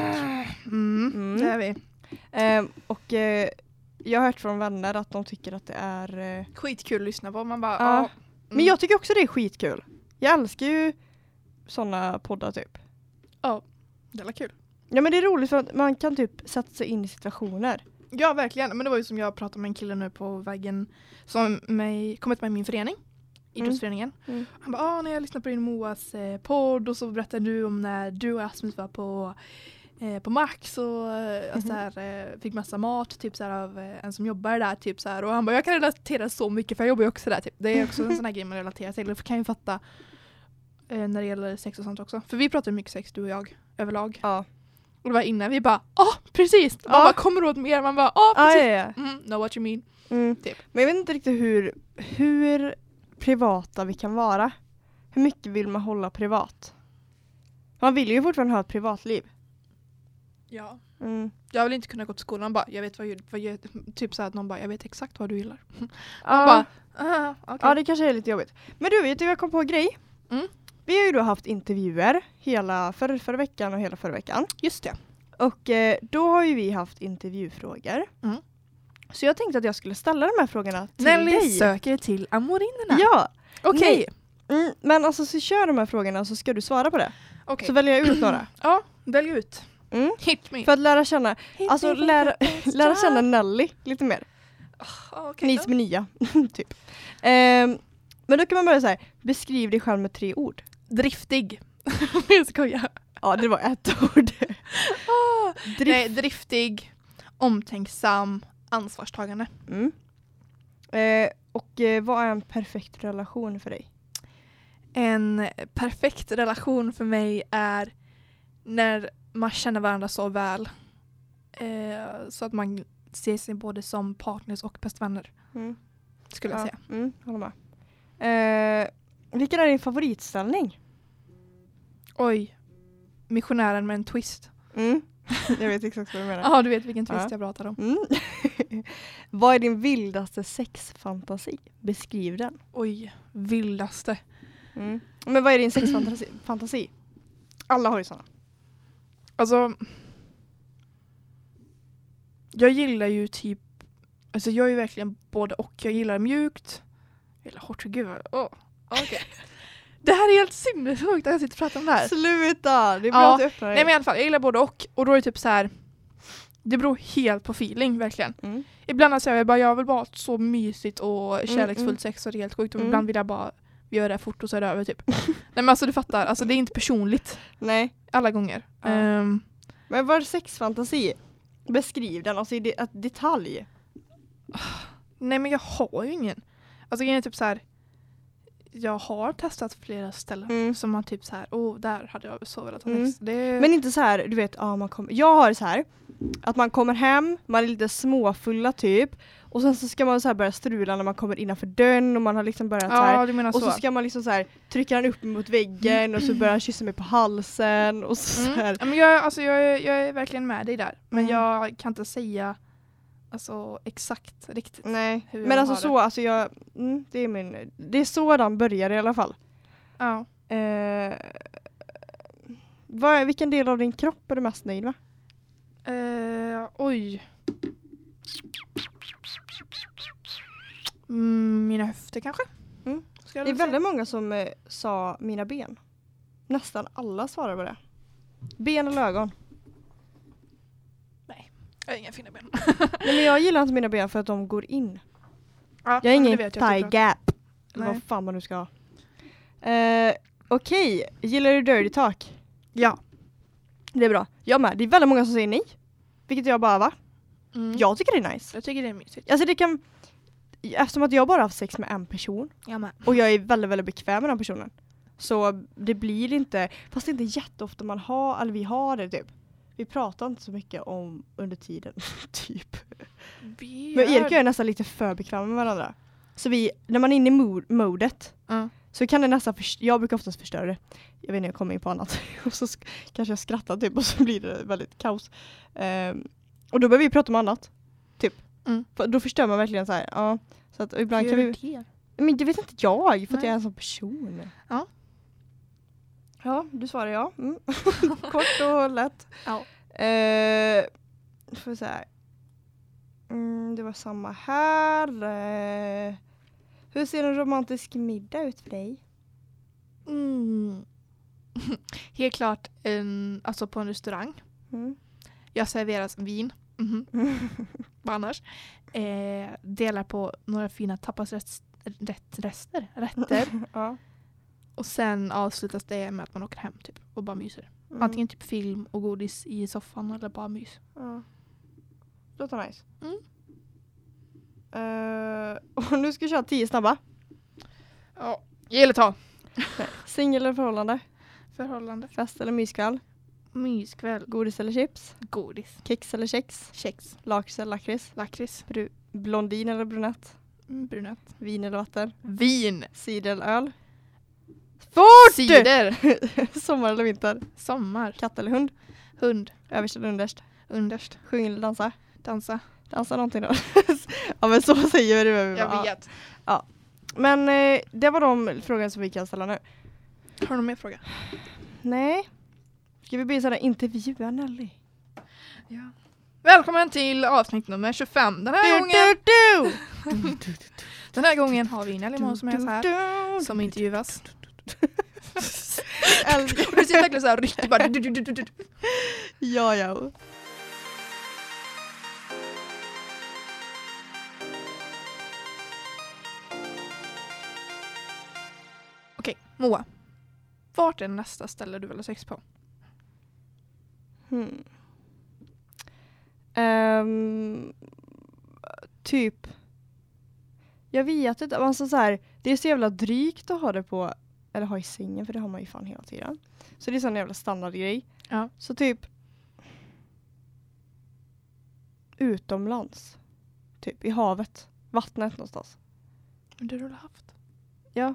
Speaker 1: Mm,
Speaker 2: Mm.
Speaker 1: det är vi.
Speaker 2: Ehm, och eh, jag har hört från vänner att de tycker att det är... eh,
Speaker 1: Skitkul att lyssna på. Man bara,
Speaker 2: Ja.
Speaker 1: ja.
Speaker 2: Men jag tycker också det är skitkul. Jag älskar ju sådana poddar typ.
Speaker 1: Det var kul.
Speaker 2: Ja men det är roligt för att man kan typ sätta sig in i situationer.
Speaker 1: Ja, verkligen. Men det var ju som jag pratade med en kille nu på vägen som mig, kommit med i min förening. Idrottsföreningen.
Speaker 2: Mm.
Speaker 1: Han bara, ah, när jag lyssnade på din och Moas eh, podd och så berättade du om när du och Asmus var på, eh, på Max och eh,
Speaker 2: Mhm.
Speaker 1: så här, eh, fick massa mat typ så här, av eh, en som jobbar där. Typ, så här. Och han bara, jag kan relatera så mycket för jag jobbar ju också där. Typ. Det är också en sån här grej man relaterar till. Det kan jag ju fatta eh, när det gäller sex och sånt också. För vi pratar ju mycket sex, du och jag, överlag.
Speaker 2: Ja.
Speaker 1: Och det var innan vi bara, ah precis! Man
Speaker 2: Ja.
Speaker 1: bara, kommer du åt mer? Man bara, ah
Speaker 2: Ah,
Speaker 1: precis!
Speaker 2: ja, ja.
Speaker 1: Mm, know what you mean.
Speaker 2: Mm.
Speaker 1: Typ.
Speaker 2: Men jag vet inte riktigt hur, hur privata vi kan vara. Hur mycket vill man hålla privat? Man vill ju fortfarande ha ett privatliv.
Speaker 1: Ja.
Speaker 2: Mm.
Speaker 1: Jag vill inte kunna gå till skolan och bara, jag vet vad, jag- vad jag, typ så här att någon bara, jag vet exakt vad du gillar.
Speaker 2: Ja.
Speaker 1: bara, Ah, okej.
Speaker 2: Ja det kanske är lite jobbigt. Men du vet du jag kom på en grej.
Speaker 1: Mm.
Speaker 2: Vi har ju då haft intervjuer hela förra, förra veckan och hela förra veckan.
Speaker 1: Just det.
Speaker 2: Och eh, då har ju vi haft intervjufrågor.
Speaker 1: Mm.
Speaker 2: Så jag tänkte att jag skulle ställa de här frågorna till
Speaker 1: Nelly
Speaker 2: dig.
Speaker 1: söker till Amorinerna.
Speaker 2: Ja,
Speaker 1: Okej.
Speaker 2: mm, men alltså så kör de här frågorna så ska du svara på det.
Speaker 1: Okej.
Speaker 2: Så väljer jag ut några.
Speaker 1: Ja, välj ut.
Speaker 2: Mm.
Speaker 1: Hit me.
Speaker 2: För att lära känna,
Speaker 1: Hit
Speaker 2: alltså
Speaker 1: me
Speaker 2: lära,
Speaker 1: with your best
Speaker 2: lära
Speaker 1: job.
Speaker 2: känna Nelly lite mer.
Speaker 1: Ah, okej.
Speaker 2: Ni som är nya, typ. Ehm, men då kan man börja så här, beskriv dig själv med tre ord.
Speaker 1: Driftig. jag skojar.
Speaker 2: Ja, det var ett ord.
Speaker 1: Ah,
Speaker 2: Drift.
Speaker 1: Nej, driftig, omtänksam, ansvarstagande.
Speaker 2: Mm. Eh, och eh, vad är en perfekt relation för dig?
Speaker 1: En perfekt relation för mig är när man känner varandra så väl. Eh, så att man ser sig både som partners och bästvänner.
Speaker 2: Mm.
Speaker 1: Skulle jag
Speaker 2: Ja,
Speaker 1: säga.
Speaker 2: Mm, håller med. Eh, vilken är din favoritställning?
Speaker 1: Oj, missionären med en twist.
Speaker 2: Mm. Jag vet exakt vad du menar.
Speaker 1: Ja, ah, du vet vilken twist
Speaker 2: Ja.
Speaker 1: jag pratar om.
Speaker 2: Mm. vad är din vildaste sexfantasi? Beskriv den.
Speaker 1: Oj, vildaste.
Speaker 2: Mm. Men vad är din sexfantasi? Fantasi? Alla har ju sådana.
Speaker 1: Alltså, jag gillar ju typ, alltså jag är ju verkligen både och. Jag gillar mjukt, jag gillar hårt, gud vad, åh, okej. det här är helt sinnessjukt att jag sitter och pratar om det här.
Speaker 2: Sluta! Det är bra
Speaker 1: Ja.
Speaker 2: att du öppnar
Speaker 1: Nej
Speaker 2: dig.
Speaker 1: men i alla fall, jag gillar både och. Och då är det typ så här. det beror helt på feeling verkligen.
Speaker 2: Mm.
Speaker 1: Ibland säger jag bara, jag vill bara ha ett så mysigt och kärleksfullt
Speaker 2: mm.
Speaker 1: sex och det är helt sjukt. Och
Speaker 2: Mm.
Speaker 1: ibland vill jag bara, vi gör det här fort och så är det över typ. Nej men alltså du fattar, alltså det är inte personligt
Speaker 2: Nej.
Speaker 1: alla gånger.
Speaker 2: Ja.
Speaker 1: Ehm,
Speaker 2: Men vad är sexfantasi? Beskriv den, alltså i det, att detalj.
Speaker 1: Nej men jag har ju ingen. Alltså grejen är typ så här. Jag har testat flera ställen
Speaker 2: Mm.
Speaker 1: som man typ så här, oh där hade jag så velat ha
Speaker 2: Mm.
Speaker 1: sex. Det...
Speaker 2: Men inte så här, du vet, ja, man kommer, jag har så här att man kommer hem, man är lite småfulla typ och sen så ska man så här börja strula när man kommer innanför dörren och man har liksom börjat så här
Speaker 1: ja du menar så.
Speaker 2: och så ska man liksom så här trycka den upp mot väggen och så börjar han kyssa mig på halsen och så, så
Speaker 1: mm.
Speaker 2: här.
Speaker 1: Ja, men jag, alltså, jag, är- jag är verkligen med dig där. Men
Speaker 2: Mm.
Speaker 1: jag kan inte säga alltså, exakt riktigt.
Speaker 2: Nej,
Speaker 1: Hur jag
Speaker 2: men alltså
Speaker 1: har
Speaker 2: så, alltså jag, mm, det är min, det är sådan börjar i alla fall.
Speaker 1: Ja.
Speaker 2: Eh, vad, är- vilken del av din kropp är du mest nöjd med?
Speaker 1: Eh, oj. Mm, mina höfter kanske?
Speaker 2: Mm.
Speaker 1: Ska jag
Speaker 2: Det är
Speaker 1: väl säga.
Speaker 2: väldigt många som eh, sa mina ben. Nästan alla svarar på det. Ben eller ögon.
Speaker 1: Jag har inga fina ben.
Speaker 2: Nej, men jag gillar inte mina ben för att de går in.
Speaker 1: Ja,
Speaker 2: Jag har
Speaker 1: men det
Speaker 2: ingen
Speaker 1: vet
Speaker 2: thigh
Speaker 1: såklart.
Speaker 2: gap. Eller
Speaker 1: Nej.
Speaker 2: Vad fan man nu ska ha. Eh, Okej, gillar du dirty talk?
Speaker 1: Ja.
Speaker 2: Det är bra. Jag med. Det är väldigt många som säger nej. Vilket jag bara va?
Speaker 1: Mm.
Speaker 2: Jag tycker det är nice.
Speaker 1: Jag tycker det är mysigt.
Speaker 2: Alltså det kan... Eftersom att jag bara har haft sex med en person
Speaker 1: Jag med.
Speaker 2: och jag är väldigt, väldigt bekväm med den personen. Så det blir inte, fast det är inte jätteofta man har, eller vi har det typ. Vi pratar inte så mycket om under tiden, typ.
Speaker 1: Vi
Speaker 2: Men Erik
Speaker 1: gör-
Speaker 2: och jag är nästan lite för bekväma med varandra. Så vi, när man är inne i mo- modet
Speaker 1: Ja.
Speaker 2: så kan det nästan, förs- jag brukar oftast förstöra det. Jag vet inte, jag kommer in på annat. och så sk- kanske jag skrattar typ och så blir det väldigt kaos. Ehm, och då behöver vi prata om annat. Typ.
Speaker 1: Mm.
Speaker 2: För Då förstör man verkligen så här. Ja. Så att ibland kan vi...
Speaker 1: det?
Speaker 2: Men det vet inte jag, för
Speaker 1: Nej.
Speaker 2: att jag är en sån person.
Speaker 1: Ja.
Speaker 2: Ja, du svarar ja. Mm. Kort och lätt.
Speaker 1: Ja.
Speaker 2: Eh, får vi se här. Mm, det var samma här. Eh, hur ser en romantisk middag ut för dig?
Speaker 1: Mm. Helt klart en, alltså på en restaurang.
Speaker 2: Mm.
Speaker 1: Jag serveras vin. Mhm. Vad annars? Eh, delar på några fina tapasrester. Rätter.
Speaker 2: ja.
Speaker 1: och sen avslutas det med att man åker hem typ, och bara myser.
Speaker 2: Mm.
Speaker 1: Antingen typ film och godis i soffan eller bara mys.
Speaker 2: Ja. Låter nice.
Speaker 1: Mm.
Speaker 2: Eh, och nu ska vi köra tio snabba.
Speaker 1: Ja, ge eller ta.
Speaker 2: Singel eller förhållande?
Speaker 1: Förhållande.
Speaker 2: Fest eller myskväll?
Speaker 1: Myskväll.
Speaker 2: Godis eller chips?
Speaker 1: Godis.
Speaker 2: Kex eller kex?
Speaker 1: Kex.
Speaker 2: Lakrits eller lakrits?
Speaker 1: Lakrits.
Speaker 2: Bru- blondin eller brunett?
Speaker 1: Mm, brunett.
Speaker 2: Vin eller vatten?
Speaker 1: Vin.
Speaker 2: Cider eller öl?
Speaker 1: Fort! Cider.
Speaker 2: Sommar eller vinter?
Speaker 1: Sommar.
Speaker 2: Katt eller hund?
Speaker 1: Hund.
Speaker 2: Överst eller underst?
Speaker 1: Underst.
Speaker 2: Sjung eller dansa?
Speaker 1: Dansa.
Speaker 2: Dansa någonting då. ja men så säger du. men-
Speaker 1: Jag
Speaker 2: Ja.
Speaker 1: vet.
Speaker 2: Men eh, det var de frågorna som vi kan ställa nu.
Speaker 1: Har du någon mer fråga?
Speaker 2: Nej. Ska vi bli sådana intervjuer Nelly?
Speaker 1: Ja. Välkommen till avsnitt nummer 25. Den här, gången,
Speaker 2: Du, du,
Speaker 1: den här gången har vi Nelly Mån som är
Speaker 2: du,
Speaker 1: så här.
Speaker 2: du.
Speaker 1: Som intervjuas.
Speaker 2: Älskar.
Speaker 1: Du ser verkligen så här ryck. Bara, du, du, du, du, du.
Speaker 2: Ja, ja.
Speaker 1: Okej, Moa. Vart är nästa ställe du vill ha sex på?
Speaker 2: Hmm. Ehm, typ. Jag vet inte. Alltså så här, det är så jävla drygt att ha det på, eller ha i sängen för det har man ju fan hela tiden. Så det är sån jävla standardgrej.
Speaker 1: Ja.
Speaker 2: Så typ utomlands. Typ i havet. Vattnet någonstans.
Speaker 1: Men det har du väl haft?
Speaker 2: Ja.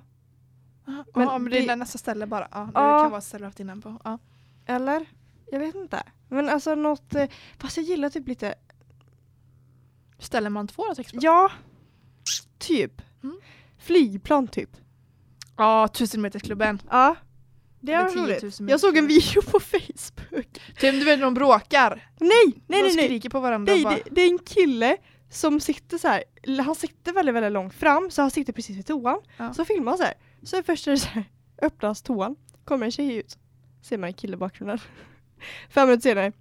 Speaker 1: Ja,
Speaker 2: Men
Speaker 1: ja, men det är
Speaker 2: det-
Speaker 1: där nästa ställe bara. Ja,
Speaker 2: Ja.
Speaker 1: Det kan vara ett ställe du haft innan på. Ja.
Speaker 2: Eller? Jag vet inte. Men alltså något, eh, fast jag gillar typ lite,
Speaker 1: Ställe man två har sex på?
Speaker 2: ja, typ.
Speaker 1: Mm.
Speaker 2: Flygplan typ.
Speaker 1: Ja, tusenmetersklubben.
Speaker 2: Ja. Det
Speaker 1: Eller
Speaker 2: var
Speaker 1: 10 000
Speaker 2: roligt.
Speaker 1: meter.
Speaker 2: Jag såg en video på Facebook.
Speaker 1: Typ du vet när de bråkar.
Speaker 2: Nej, nej,
Speaker 1: de
Speaker 2: nej, nej.
Speaker 1: skriker på varandra. och
Speaker 2: nej
Speaker 1: bara,
Speaker 2: det, det är en kille som sitter så här. eller han sitter väldigt, väldigt långt fram så han sitter precis vid toan.
Speaker 1: Ja.
Speaker 2: Så filmar han så här. Så först är det så här, öppnas toan, kommer en tjej ut, ser man en kille i bakgrunden. Fem minuter senare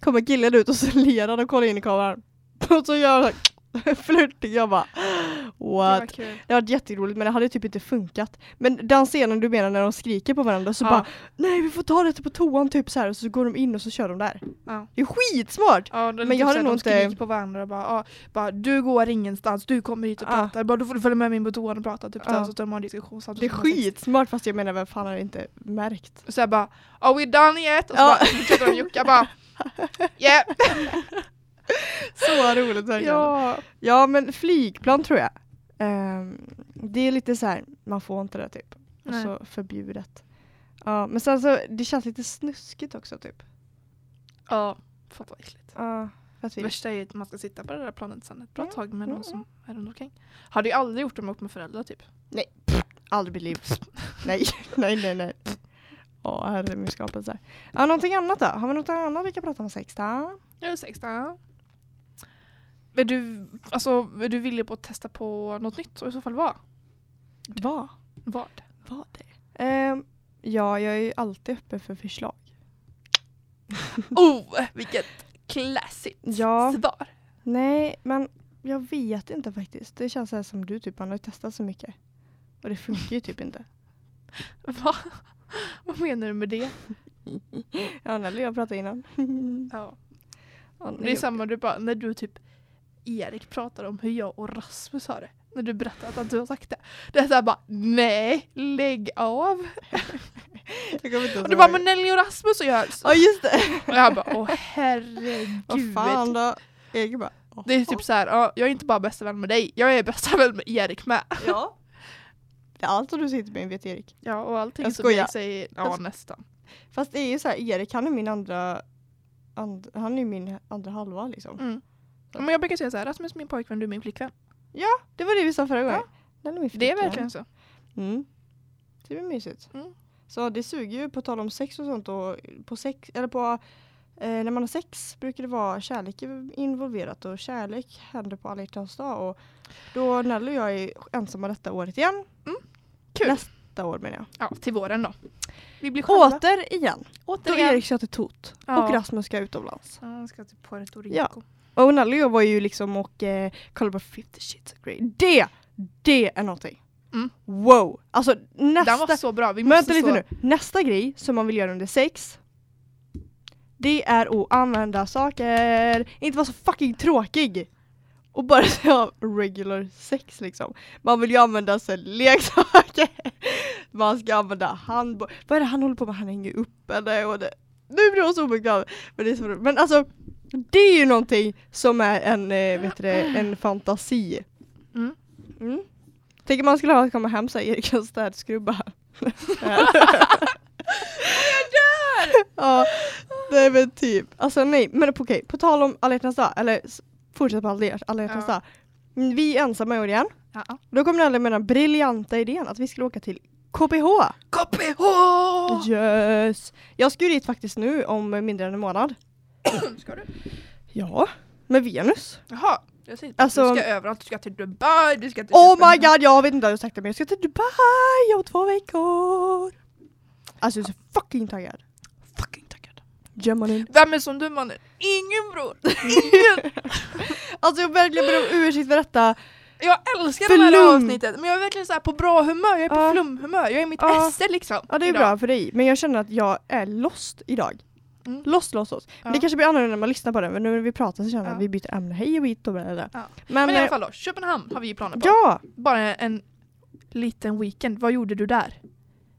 Speaker 2: kommer killen ut och så ler han och kollar in i kameran. Och så gör han så här, flörtig, jag bara
Speaker 1: det var
Speaker 2: what.
Speaker 1: kul.
Speaker 2: Det hade varit jätteroligt men det hade typ inte funkat. Men den scenen du menar när de skriker på varandra så
Speaker 1: Ja.
Speaker 2: bara nej vi får ta detta på toan typ så här och så går de in och så kör de där.
Speaker 1: Ja.
Speaker 2: Det är skitsmart!
Speaker 1: Ja, men
Speaker 2: jag
Speaker 1: typ
Speaker 2: hade
Speaker 1: såhär,
Speaker 2: nog
Speaker 1: de
Speaker 2: inte-
Speaker 1: skriker på varandra och bara, ja, bara du går ingenstans, du kommer hit och
Speaker 2: Ja.
Speaker 1: pratar, bara, då får du följa med mig in på toan och prata. Typ,
Speaker 2: Ja.
Speaker 1: såhär, så tar man en diskussion. samtidigt
Speaker 2: Ah. Det
Speaker 1: som
Speaker 2: är
Speaker 1: man har sex.
Speaker 2: skitsmart fast jag menar vem fan har inte märkt?
Speaker 1: Och såhär bara, are we done yet? Och så
Speaker 2: Ja.
Speaker 1: bara fortsätter de jucka bara, yeah.
Speaker 2: Så roligt verkligen. Ja,
Speaker 1: ja.
Speaker 2: ja men flygplan tror jag. Ehm, det är lite så här, man får inte det typ. Och
Speaker 1: Nej.
Speaker 2: så förbjudet. Ja, men sen så det känns lite snuskigt också typ.
Speaker 1: ja, fatt vad äckligt.
Speaker 2: Ja, för att vi...
Speaker 1: Värsta är ju att man ska sitta på det där planet sen ett bra
Speaker 2: Typ. Mm.
Speaker 1: tag med någon
Speaker 2: Mm.
Speaker 1: som är runt omkring. Hade ju aldrig gjort om jag åkt med föräldrar typ.
Speaker 2: Aldrig blir liv. nej, nej, nej, nej. Ja, herre min skapelse. Ja, någonting annat då? Har vi något annat vi kan prata om sex då?
Speaker 1: Jag är 16. Är du, alltså, är du villig på att testa på något nytt och i så fall vad?
Speaker 2: Vad?
Speaker 1: Vad?
Speaker 2: Vad det? Ehm, ja, jag är ju alltid öppen för förslag.
Speaker 1: Oh, vilket classic
Speaker 2: Ja.
Speaker 1: svar.
Speaker 2: Nej, men jag vet inte faktiskt. Det känns så här som du, typ, man har ju testat så mycket. Och det funkar ju typ inte.
Speaker 1: Va? Vad menar du med det?
Speaker 2: Ja, Nelly jag pratade innan.
Speaker 1: Ja.
Speaker 2: Ja,
Speaker 1: Det är samma du bara, när du typ Erik pratar om hur jag och Rasmus har det. När du berättar att du har sagt det. Det är såhär bara, nej, lägg av.
Speaker 2: jag kommer inte
Speaker 1: Och
Speaker 2: ihåg.
Speaker 1: du bara, men Nelly och Rasmus och jag.
Speaker 2: Ja, just det!
Speaker 1: Och jag bara, åh herregud.
Speaker 2: Vad fan då? Erik bara... "Jaha."
Speaker 1: Det är typ så här, ja, jag är inte bara bästa vän med dig, jag är bästa vän med Erik med.
Speaker 2: Ja. Det är allt som du sitter med, vet Erik.
Speaker 1: Ja, och allting
Speaker 2: Jag
Speaker 1: som
Speaker 2: skojar.
Speaker 1: Erik säger, ja
Speaker 2: Jag sk-
Speaker 1: nästan.
Speaker 2: Fast det är ju så här, Erik han är min andra... And, han är ju min andra halva liksom.
Speaker 1: Mm. Men jag brukar säga så här, Rasmus är min pojkvän, du är min flickvän.
Speaker 2: Det var det vi sa förra gången.
Speaker 1: Ja.
Speaker 2: Den är min
Speaker 1: Det är
Speaker 2: flickvän.
Speaker 1: verkligen så.
Speaker 2: Mm. Det blir mysigt.
Speaker 1: Mm.
Speaker 2: Så det suger ju på tal om sex och sånt och på sex, eller på Eh, när man har sex brukar det vara kärlek involverat och kärlek händer på alla hjärtans dag. Och då Nelly och jag är ensamma detta året igen.
Speaker 1: Mm. Kul.
Speaker 2: Nästa år menar jag.
Speaker 1: Ja, till våren då. Vi blir själva.
Speaker 2: Åter igen. Då Erik ska till Tot
Speaker 1: Ja.
Speaker 2: och Rasmus ska utomlands.
Speaker 1: Ja, han ska till Puerto Rico.
Speaker 2: Ja. Och Nelly och jag var ju liksom och eh, kollade på 50 shits of Grey. Det, det är någonting.
Speaker 1: Mm.
Speaker 2: Wow! Alltså
Speaker 1: Den var
Speaker 2: nästa,
Speaker 1: så bra. Vi
Speaker 2: men
Speaker 1: måste
Speaker 2: vänta lite
Speaker 1: så...
Speaker 2: nu. Nästa grej som man vill göra under sex det är att använda saker, inte vara så fucking tråkig. Och bara ha regular sex liksom. Man vill ju använda sig leksaker. Man ska använda handboll. Vad är det han håller på med? Han hänger upp eller? Och det. Nu blir jag så obekväm. Men, det är så... roligt. men alltså, det är ju någonting som är en, eh, vet du, det, en fantasi.
Speaker 1: Mm.
Speaker 2: Mm. Tänk om man skulle ha komma hem så här, Erik har städskrubba. ja, nej men typ. Alltså nej, men okej, på tal om alla hjärtans dag, eller s- fortsätt på alla hjärt- alla hjärtans
Speaker 1: Ja.
Speaker 2: dag. Mm, Vi är ensamma i år igen.
Speaker 1: Ja. ja.
Speaker 2: Då kom Nelly med den briljanta idén att vi skulle åka till KPH.
Speaker 1: KPH!
Speaker 2: Yes! Jag ska ju dit faktiskt nu om mindre än en månad.
Speaker 1: Ska du?
Speaker 2: Ja, med Venus.
Speaker 1: Jaha. Jag säger,
Speaker 2: Alltså-
Speaker 1: Du ska överallt. Du ska till Dubai. Du ska till
Speaker 2: Oh my
Speaker 1: Köpenhamn.
Speaker 2: god, jag vet inte om jag har sagt det men jag ska till Dubai om två veckor. Alltså jag är så fucking taggad.
Speaker 1: Fucking taggad.
Speaker 2: Gemmanin.
Speaker 1: Vem är som du mannen? Ingen bror. Ingen.
Speaker 2: Alltså jag verkligen ber om ursäkt för detta.
Speaker 1: Jag älskar
Speaker 2: För
Speaker 1: det här
Speaker 2: lugn.
Speaker 1: avsnittet. Men jag är verkligen så här på bra humör. Jag är på
Speaker 2: Ja.
Speaker 1: flumhumör. Jag är i mitt
Speaker 2: Ja.
Speaker 1: esse liksom.
Speaker 2: Ja det är
Speaker 1: idag.
Speaker 2: bra för dig, men jag känner att jag är lost idag.
Speaker 1: Mm.
Speaker 2: Lost, lost, lost. Men det
Speaker 1: Ja.
Speaker 2: kanske blir annorlunda när man lyssnar på den, men nu när vi pratar så känner jag
Speaker 1: Ja.
Speaker 2: att vi byter ämne hej och hit och blablabla.
Speaker 1: Ja.
Speaker 2: Men,
Speaker 1: Men i alla
Speaker 2: eh,
Speaker 1: fall då. Köpenhamn har vi ju planer på.
Speaker 2: ja!
Speaker 1: Bara en liten weekend. Vad gjorde du där?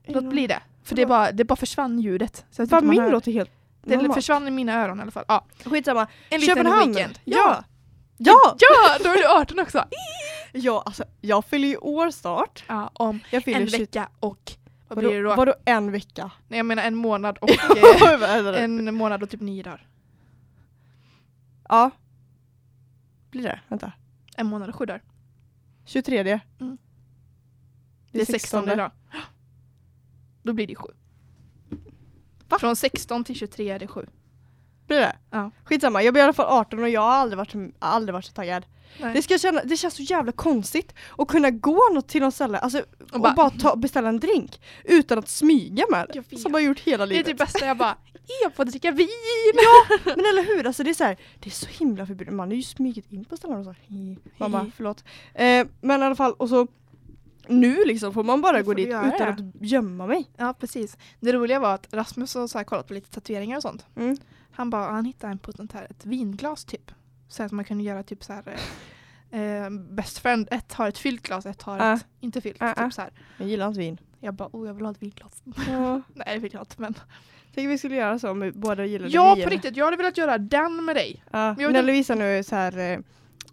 Speaker 1: Låt bli det. För det
Speaker 2: Förlåt.
Speaker 1: bara, det bara försvann ljudet. Så att
Speaker 2: Fan,
Speaker 1: inte man
Speaker 2: min
Speaker 1: hör.
Speaker 2: låter helt
Speaker 1: Det
Speaker 2: normal.
Speaker 1: försvann i mina öron i alla fall. Ja.
Speaker 2: Skitsamma.
Speaker 1: En liten
Speaker 2: Köpenhamn!
Speaker 1: weekend.
Speaker 2: Ja! Ja!
Speaker 1: Ja, då är du 18 också!
Speaker 2: Ja, alltså jag fyller ju år snart.
Speaker 1: Ja, om
Speaker 2: Jag fyller
Speaker 1: en
Speaker 2: tjugo-
Speaker 1: vecka och vad
Speaker 2: Vadå,
Speaker 1: blir det då?
Speaker 2: vadå en vecka?
Speaker 1: Nej, jag menar en månad och eh,
Speaker 2: Vad är det?
Speaker 1: en månad och typ nio dagar.
Speaker 2: ja. Blir det? Vänta.
Speaker 1: En månad och sju dagar.
Speaker 2: 23.
Speaker 1: Mm. Det är 16 idag. Då blir det sju.
Speaker 2: Va?
Speaker 1: Från 16 till 23 är det sju.
Speaker 2: Blir det?
Speaker 1: Ja.
Speaker 2: Skitsamma, jag blir i alla fall 18 och jag har aldrig varit, så- aldrig varit så taggad.
Speaker 1: Nej.
Speaker 2: Det, ska jag känna, det känns så jävla konstigt att kunna gå något till något ställe alltså, och,
Speaker 1: bara-
Speaker 2: bara, ta, beställa en drink utan att smyga med
Speaker 1: Jag
Speaker 2: det.
Speaker 1: vet.
Speaker 2: Som jag har gjort hela
Speaker 1: Det är
Speaker 2: livet.
Speaker 1: typ bästa jag bara, jag får dricka vin!
Speaker 2: Men eller hur, alltså, det, är så här, det är så himla förbjudet. Man har ju smugit in på ställen och så. här. Mamma,
Speaker 1: Hej.
Speaker 2: förlåt. Eh, men i alla fall, och så nu liksom får man bara
Speaker 1: Det
Speaker 2: gå
Speaker 1: får du
Speaker 2: dit
Speaker 1: göra.
Speaker 2: utan att gömma mig.
Speaker 1: Ja precis. Det roliga var att Rasmus har så här kollat på lite tatueringar och sånt.
Speaker 2: Mm.
Speaker 1: Han bara, han hittade en potent här, ett vinglas typ. Så att man kunde göra typ så här eh, eh, Best friend, ett har ett fyllt glas, ett har
Speaker 2: Ja.
Speaker 1: ett inte fyllt.
Speaker 2: Ja, ja.
Speaker 1: Typ så här.
Speaker 2: Jag gillar inte vin.
Speaker 1: Jag bara, oh jag vill ha ett vinglas.
Speaker 2: Ja.
Speaker 1: Nej det vill jag inte men.
Speaker 2: Tänk vi skulle göra så om vi båda gillade
Speaker 1: Ja
Speaker 2: vin.
Speaker 1: på riktigt, jag hade velat göra den med dig.
Speaker 2: Ja.
Speaker 1: Jag vet
Speaker 2: När
Speaker 1: inte-
Speaker 2: Lovisa nu så här... Eh,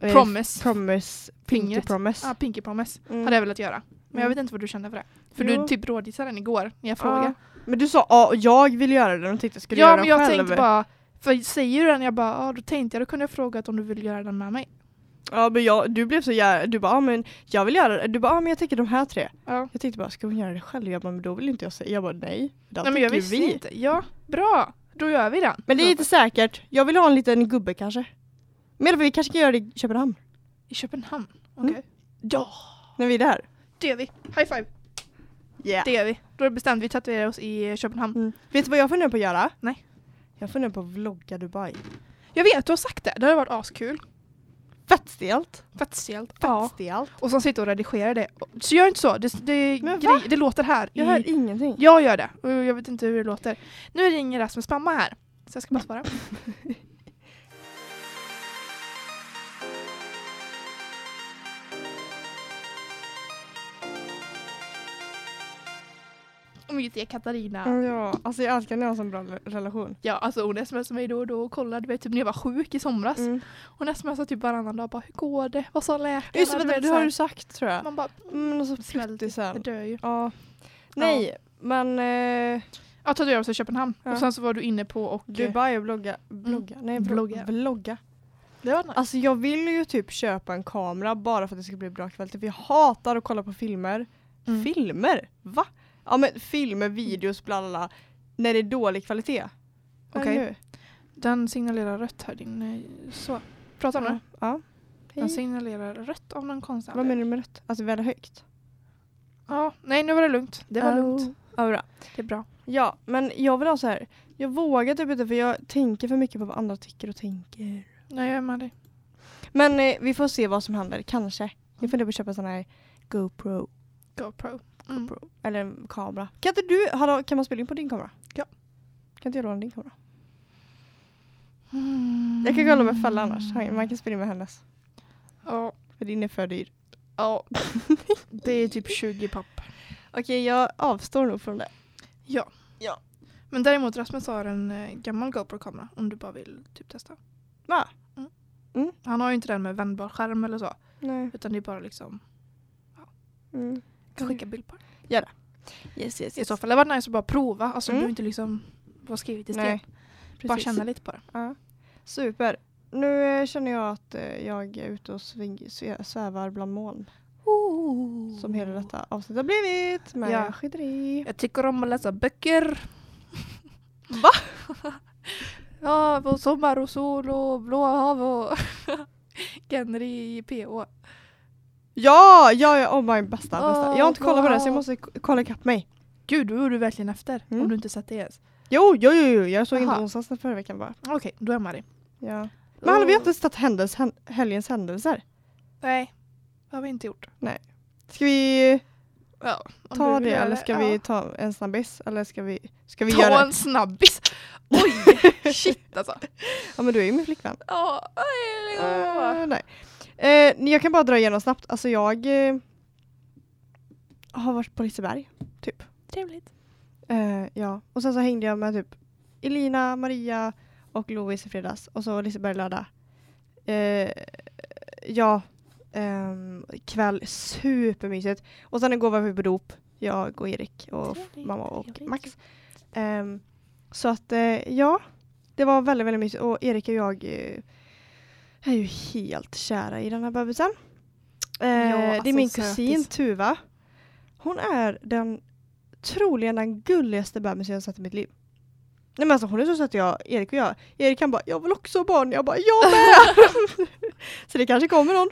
Speaker 2: eh,
Speaker 1: Promise.
Speaker 2: Promise. Pinky
Speaker 1: Fingret.
Speaker 2: promise.
Speaker 1: Ja, ah, Pinky Promise
Speaker 2: Mm.
Speaker 1: hade jag velat göra. Men jag
Speaker 2: Mm.
Speaker 1: vet inte vad du kände för det. För
Speaker 2: Jo.
Speaker 1: du typ rådgissade den igår när jag frågade.
Speaker 2: Ja. Men du sa ja, och jag vill göra det och tänkte jag skulle
Speaker 1: Ja,
Speaker 2: göra
Speaker 1: men
Speaker 2: det
Speaker 1: jag
Speaker 2: själv.
Speaker 1: tänkte bara, för säger du den jag bara, ja ah, då tänkte jag, då kunde jag fråga om du vill göra den med mig.
Speaker 2: Ja men jag, du blev så jävla, du bara ja, men jag vill göra det, du bara ja, men jag tänker de här tre.
Speaker 1: Ja.
Speaker 2: Jag tänkte bara ska hon göra det själv? Jag bara men då vill inte jag säga, jag bara nej. Det
Speaker 1: Nej men jag
Speaker 2: tycker ju
Speaker 1: visste inte. Ja, bra. Då gör vi den.
Speaker 2: Men det är inte säkert, jag vill ha en liten gubbe kanske. Men vi kanske kan göra det i Köpenhamn,
Speaker 1: I Köpenhamn? Okej.
Speaker 2: Mm.
Speaker 1: Ja,
Speaker 2: när vi är där.
Speaker 1: det gör vi. High five.
Speaker 2: Yeah.
Speaker 1: Det gör vi. Då bestämde vi att tatuera oss i Köpenhamn.
Speaker 2: Mm. Vet du vad jag funderar på att göra?
Speaker 1: Nej.
Speaker 2: Jag funderar på att vlogga Dubai.
Speaker 1: Jag vet, du har sagt det. Det hade varit askul.
Speaker 2: Fett stelt.
Speaker 1: Fett stelt.
Speaker 2: Fett
Speaker 1: Ja.
Speaker 2: stelt.
Speaker 1: Och sen sitta och redigera det. Så gör inte så. Det, det,
Speaker 2: Men
Speaker 1: grej, det låter här.
Speaker 2: Jag
Speaker 1: i-
Speaker 2: hör ingenting.
Speaker 1: jag gör det. Och jag vet inte hur det låter. Nu ringer Rasmus mamma här. Så jag ska bara svara. Och mitt är Katarina.
Speaker 2: Ja, alltså jag älskar när jag har en sån bra relation.
Speaker 1: Ja, alltså hon smsade mig då och då och kollade, vet, typ när jag var sjuk i somras.
Speaker 2: Mm.
Speaker 1: Hon smsade typ varannan dag bara, hur går det? Vad sa läkaren?
Speaker 2: Just det,
Speaker 1: vet,
Speaker 2: det
Speaker 1: så
Speaker 2: har
Speaker 1: här.
Speaker 2: du sagt tror jag.
Speaker 1: Man bara,
Speaker 2: Mm, och så
Speaker 1: Smäll.
Speaker 2: pluttisar.
Speaker 1: jag dör ju.
Speaker 2: Ja. Nej, men eh,
Speaker 1: Jag tatuerade oss i Köpenhamn
Speaker 2: Ja.
Speaker 1: och sen så var du inne på och... eh,
Speaker 2: Dubai och blogga. Blogga? Nej, vlo-
Speaker 1: Vlogga.
Speaker 2: vlogga.
Speaker 1: Mm. Det var nice.
Speaker 2: Alltså jag vill ju typ köpa en kamera bara för att det ska bli bra kvalitet. För jag hatar att kolla på filmer.
Speaker 1: Mm.
Speaker 2: Filmer? Va? Ja men filmer, videos, bla bla bla. När det är dålig kvalitet.
Speaker 1: Okej.
Speaker 2: Okej.
Speaker 1: Den signalerar rött här, din eh, så. Prata om
Speaker 2: Ja.
Speaker 1: det.
Speaker 2: ja.
Speaker 1: Den
Speaker 2: Hej.
Speaker 1: signalerar rött av någon konstig
Speaker 2: Vad menar du med rött? Alltså väldigt högt?
Speaker 1: Ja, nej nu var det lugnt. Det var
Speaker 2: Oh.
Speaker 1: lugnt.
Speaker 2: Ja, bra.
Speaker 1: Det är bra.
Speaker 2: Ja, men jag vill ha så här. Jag vågar typ inte för jag tänker för mycket på vad andra tycker och tänker.
Speaker 1: Nej, jag är med dig.
Speaker 2: Men eh, vi får se vad som händer, kanske.
Speaker 1: Mm.
Speaker 2: Jag funderar på att köpa en sån här GoPro.
Speaker 1: GoPro. Mm.
Speaker 2: GoPro. Eller en kamera. Kan inte du, hallå, kan man spela in på din kamera?
Speaker 1: Ja.
Speaker 2: Kan inte jag låna din kamera?
Speaker 1: Mm.
Speaker 2: Jag kan kolla med Fella annars. Han- Man kan spela in med hennes.
Speaker 1: Ja,
Speaker 2: För din är för dyr.
Speaker 1: ja. det är typ 20 papp.
Speaker 2: Okej, jag avstår nog från det.
Speaker 1: Ja.
Speaker 2: Ja.
Speaker 1: Men däremot Rasmus har en eh, gammal GoPro-kamera om du bara vill typ testa.
Speaker 2: Va?
Speaker 1: Mm.
Speaker 2: Mm.
Speaker 1: Han har ju inte den med vändbar skärm eller så.
Speaker 2: Nej.
Speaker 1: Utan det är bara liksom
Speaker 2: Mm.
Speaker 1: kan
Speaker 2: Oj.
Speaker 1: skicka bild på det.
Speaker 2: Yes, yes,
Speaker 1: I
Speaker 2: yes.
Speaker 1: så fall det var nice att bara prova. Alltså
Speaker 2: Mm.
Speaker 1: du inte liksom vara skrivet i sten.
Speaker 2: Nej. Precis.
Speaker 1: bara känna lite på det.
Speaker 2: Ja. Super. Nu eh, känner jag att eh, jag är ute och sving, svä- svävar bland moln. Som hela detta avsnitt har blivit. Men
Speaker 1: Ja.
Speaker 2: jag skiter i.
Speaker 1: Jag tycker om att läsa böcker.
Speaker 2: Va?
Speaker 1: ja, på sommar och sol och blåa hav och Genri i PH.
Speaker 2: Ja, ja, ja, oh my bästa, bästa.
Speaker 1: Åh,
Speaker 2: jag har inte kollat på det så jag
Speaker 1: wow.
Speaker 2: måste k- kolla ikapp mig.
Speaker 1: Gud, då är du verkligen efter.
Speaker 2: Mm.
Speaker 1: Om du inte sett det ens.
Speaker 2: Jo, jo, jo, jo. jag såg
Speaker 1: Aha.
Speaker 2: inte onsdagen förra veckan bara.
Speaker 1: Okej, då är jag med dig. Oh,
Speaker 2: Ja. Oh. Men hallå, vi har inte ens tagit händels, hän, helgens händelser.
Speaker 1: Nej, det har vi inte gjort.
Speaker 2: Ska vi
Speaker 1: Ja, om
Speaker 2: ta
Speaker 1: du vill
Speaker 2: det
Speaker 1: göra
Speaker 2: eller ska
Speaker 1: ja.
Speaker 2: vi ta en snabbis? Eller ska vi, ska vi
Speaker 1: ta
Speaker 2: göra
Speaker 1: en snabbis? Oj, shit alltså.
Speaker 2: Ja men du är ju min flickvän.
Speaker 1: Ja, oj, oj, oj.
Speaker 2: Eh, nej. Eh, jag kan bara dra igenom snabbt. Alltså jag eh, har varit på Liseberg.
Speaker 1: Trevligt.
Speaker 2: Eh, ja. Och sen så hängde jag med typ Elina, Maria och Lovis i fredags. Och så Liseberg lördag. Eh, ja. ehm, kväll. Supermysigt. Och sen igår var vi på dop. Jag och Erik och f-
Speaker 1: Trevligt,
Speaker 2: mamma och
Speaker 1: trevligt.
Speaker 2: Max. Ehm, så att eh, ja. Det var väldigt, väldigt mysigt. Och Erik och jag eh, är ju helt kära i den här bebisen. Eh, det
Speaker 1: alltså,
Speaker 2: är min
Speaker 1: sötis.
Speaker 2: kusin Tuva. Hon är den troligen den gulligaste bebisen jag har sett i mitt liv. Nej men alltså hon är så söt jag, Erik och jag. Erik han bara jag vill också ha barn. Jag bara jag med! så det kanske kommer någon.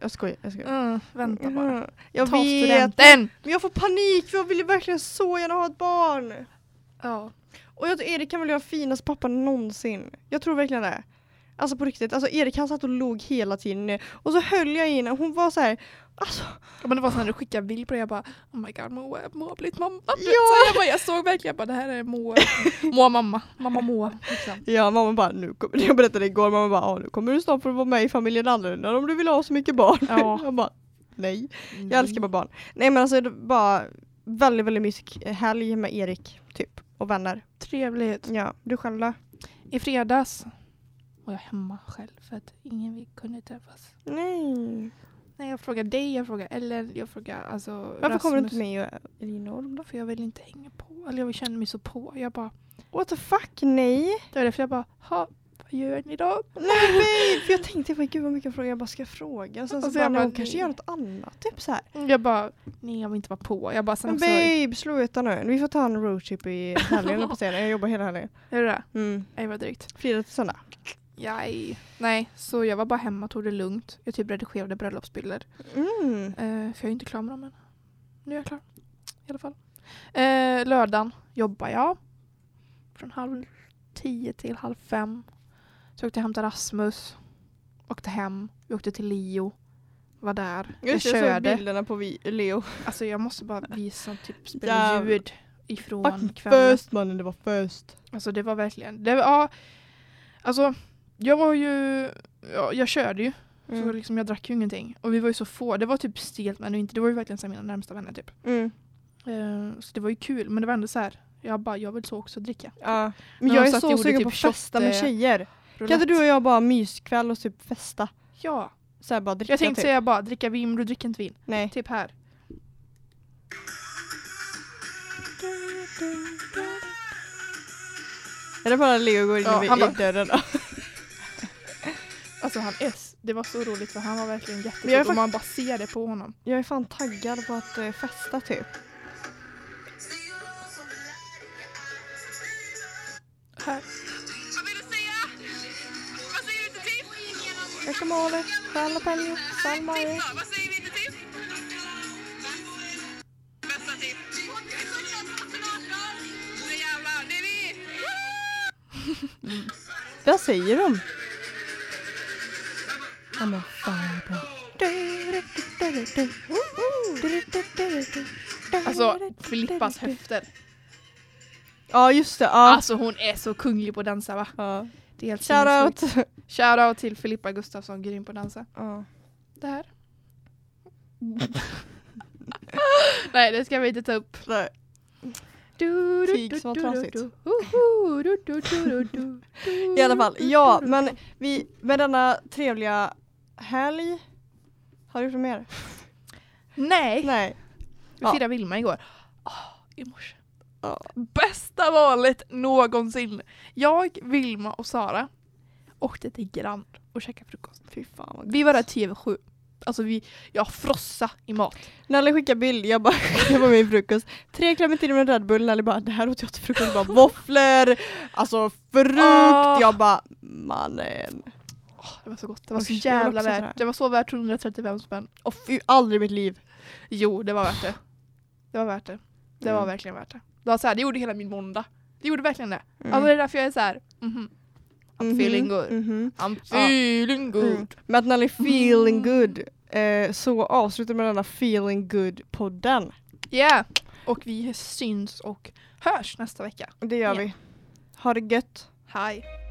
Speaker 2: Jag skojar, jag skojar.
Speaker 1: Mm, vänta bara.
Speaker 2: Jag
Speaker 1: Ta
Speaker 2: vet.
Speaker 1: studenten!
Speaker 2: Men jag får panik för jag vill ju verkligen så gärna ha ett barn.
Speaker 1: Ja.
Speaker 2: Och jag tror Erik kan väl göra finast pappa någonsin. Jag tror verkligen det. Alltså på riktigt. Alltså Erik han satt och log hela tiden. Och så höll jag in hon var så här. Alltså,
Speaker 1: Men det var så när du skickade bild på det, jag bara oh my god, Moa, Moa har blivit mamma. Ja.
Speaker 2: Ja.
Speaker 1: Så jag, bara, jag såg verkligen, jag bara det här är Moa, Moa mamma, mamma Moa. Liksom.
Speaker 2: ja mamma bara nu kommer, jag berättade igår, mamma bara ja, nu kommer du snart få vara med i familjen annorlunda om du vill ha så mycket barn.
Speaker 1: Ja.
Speaker 2: Jag bara nej,
Speaker 1: Mm.
Speaker 2: jag älskar bara barn. Nej men alltså det var bara väldigt väldigt mysig helg med Erik typ och vänner.
Speaker 1: Trevligt.
Speaker 2: Ja, du själv då?
Speaker 1: I fredags var jag hemma själv för att ingen vi kunde träffas.
Speaker 2: Nej.
Speaker 1: Nej, jag frågar dig, jag frågar Ellen, jag frågar alltså
Speaker 2: Varför kommer du
Speaker 1: Rasmus.
Speaker 2: inte med och Elinor då?
Speaker 1: För jag vill inte hänga på, eller jag känner mig så på. Jag bara,
Speaker 2: What the fuck, nej.
Speaker 1: det var därför jag bara, ha, vad gör ni idag?
Speaker 2: Nej, nej, för jag tänkte på gud vad mycket frågor jag bara ska fråga. Sen så,
Speaker 1: Och så
Speaker 2: bara,
Speaker 1: jag
Speaker 2: nej,
Speaker 1: bara,
Speaker 2: hon kanske
Speaker 1: nej.
Speaker 2: gör något annat. Typ så här.
Speaker 1: Jag bara, nej jag vill inte vara på. Jag bara, sen
Speaker 2: Men
Speaker 1: också,
Speaker 2: babe, sluta nu. Vi får ta en roadtrip i helgen på scenen. Jag jobbar hela helgen.
Speaker 1: är det det?
Speaker 2: Mm.
Speaker 1: Nej, vad drygt.
Speaker 2: Fredag till söndag.
Speaker 1: Jaj. Nej, så jag var bara hemma och tog det lugnt. Jag typ redigerade bröllopsbilder.
Speaker 2: Mm.
Speaker 1: Eh, för jag är inte klar med dem än. Nu är jag klar. I alla fall. Eh, lördagen jobbar jag. Från halv tio till halv fem. Så jag åkte jag hämta Rasmus. Åkte hem. Vi åkte till Leo. Var där.
Speaker 2: Just det,
Speaker 1: jag
Speaker 2: jag såg
Speaker 1: körde.
Speaker 2: bilderna på vi, Leo.
Speaker 1: Alltså jag måste bara visa typ spela
Speaker 2: Jävlar.
Speaker 1: ljud ifrån
Speaker 2: Fucking
Speaker 1: kvällen.
Speaker 2: Först mannen, det var först.
Speaker 1: Alltså det var verkligen, det var, ja, alltså jag var ju, ja, jag körde ju, så
Speaker 2: Mm.
Speaker 1: liksom, jag drack ju ingenting. Och vi var ju så få, det var typ stelt men inte, det var ju verkligen så här, mina närmsta vänner typ.
Speaker 2: Mm.
Speaker 1: Eh, så det var ju kul men det var ändå så här. jag bara, jag vill så också dricka.
Speaker 2: Ja. Men
Speaker 1: Men
Speaker 2: jag
Speaker 1: de
Speaker 2: är
Speaker 1: satt och
Speaker 2: så
Speaker 1: gjorde
Speaker 2: sugen
Speaker 1: typ
Speaker 2: på att festa med
Speaker 1: shot, eh,
Speaker 2: tjejer. Kan inte
Speaker 1: Roulette.
Speaker 2: du och jag bara ha myskväll och typ festa?
Speaker 1: Ja,
Speaker 2: Så här bara dricka
Speaker 1: jag tänkte
Speaker 2: typ.
Speaker 1: säga bara, dricka vin men du dricker inte vin.
Speaker 2: Nej.
Speaker 1: Typ här.
Speaker 2: Är det bara Leo går in
Speaker 1: Ja,
Speaker 2: i-
Speaker 1: han bara-
Speaker 2: i dörren då?
Speaker 1: Alltså han S, det var så roligt för han var verkligen
Speaker 2: Men jag är
Speaker 1: jättesöt och man bara ser det på honom.
Speaker 2: Jag är fan taggad på att eh, festa typ.
Speaker 1: Här.
Speaker 3: Jag ville säga
Speaker 2: guacamole, jalapeno, salmario.
Speaker 3: Vad säger vi till tips? Bästa tips. Nu jävlar, det är vi!
Speaker 2: Vad säger de?
Speaker 1: Alltså Filippas höfter.
Speaker 2: Ja just det, ja.
Speaker 1: Alltså hon är så kunglig på att dansa va?
Speaker 2: ja.
Speaker 1: Det är helt sinnessjukt.
Speaker 2: Shoutout!
Speaker 1: Shoutout till Filippa Gustafsson, grym på att dansa.
Speaker 2: Ja.
Speaker 1: Det här. Nej det ska vi inte ta upp.
Speaker 2: Nej.
Speaker 1: Du, du,
Speaker 2: Tyg
Speaker 1: du,
Speaker 2: som var
Speaker 1: du, du,
Speaker 2: trasigt.
Speaker 1: du. Hoho, du, du, du, du, du.
Speaker 2: I alla fall, ja men vi, med denna trevliga helg Har du gjort något mer?
Speaker 1: Nej,
Speaker 2: Nej.
Speaker 1: vi
Speaker 2: Ja.
Speaker 1: firade Vilma igår. Åh, i morse.
Speaker 2: Ja.
Speaker 1: Bästa valet någonsin! Jag, Vilma och Sara åkte till Grand och käkade frukost.
Speaker 2: Fy fan vad
Speaker 1: Vi var där tio över sju. Alltså vi, jag frossa i mat.
Speaker 2: Nalle skickar bild, jag bara skickar på min frukost. Tre clementiner med en Red Bull, Nalle bara det här åt jag till frukost. Jag bara våfflor, alltså frukt.
Speaker 1: Ah.
Speaker 2: Jag bara mannen.
Speaker 1: Åh, Ah, det var så gott, det var
Speaker 2: Och
Speaker 1: så
Speaker 2: jag vill
Speaker 1: jävla
Speaker 2: också dra.
Speaker 1: värt. Det var så värt 135 spänn.
Speaker 2: Och fy, aldrig i mitt liv.
Speaker 1: Jo, det var värt det. Det var värt det. Det var
Speaker 2: Mm.
Speaker 1: verkligen värt det. Det, var så här, det gjorde hela min måndag. Det gjorde verkligen det.
Speaker 2: Mm.
Speaker 1: Alltså det är därför jag är så här. mhm. I'm
Speaker 2: Mhm,
Speaker 1: feeling good.
Speaker 2: mhm.
Speaker 1: I'm feeling good.
Speaker 2: Mm. Med att Nalle är
Speaker 1: Mm-hmm.
Speaker 2: feeling good eh, så avslutar vi med denna feeling good-podden.
Speaker 1: Yeah! Och vi syns och hörs nästa vecka.
Speaker 2: Det gör
Speaker 1: Ja.
Speaker 2: vi. Ha det gött.
Speaker 1: Hej!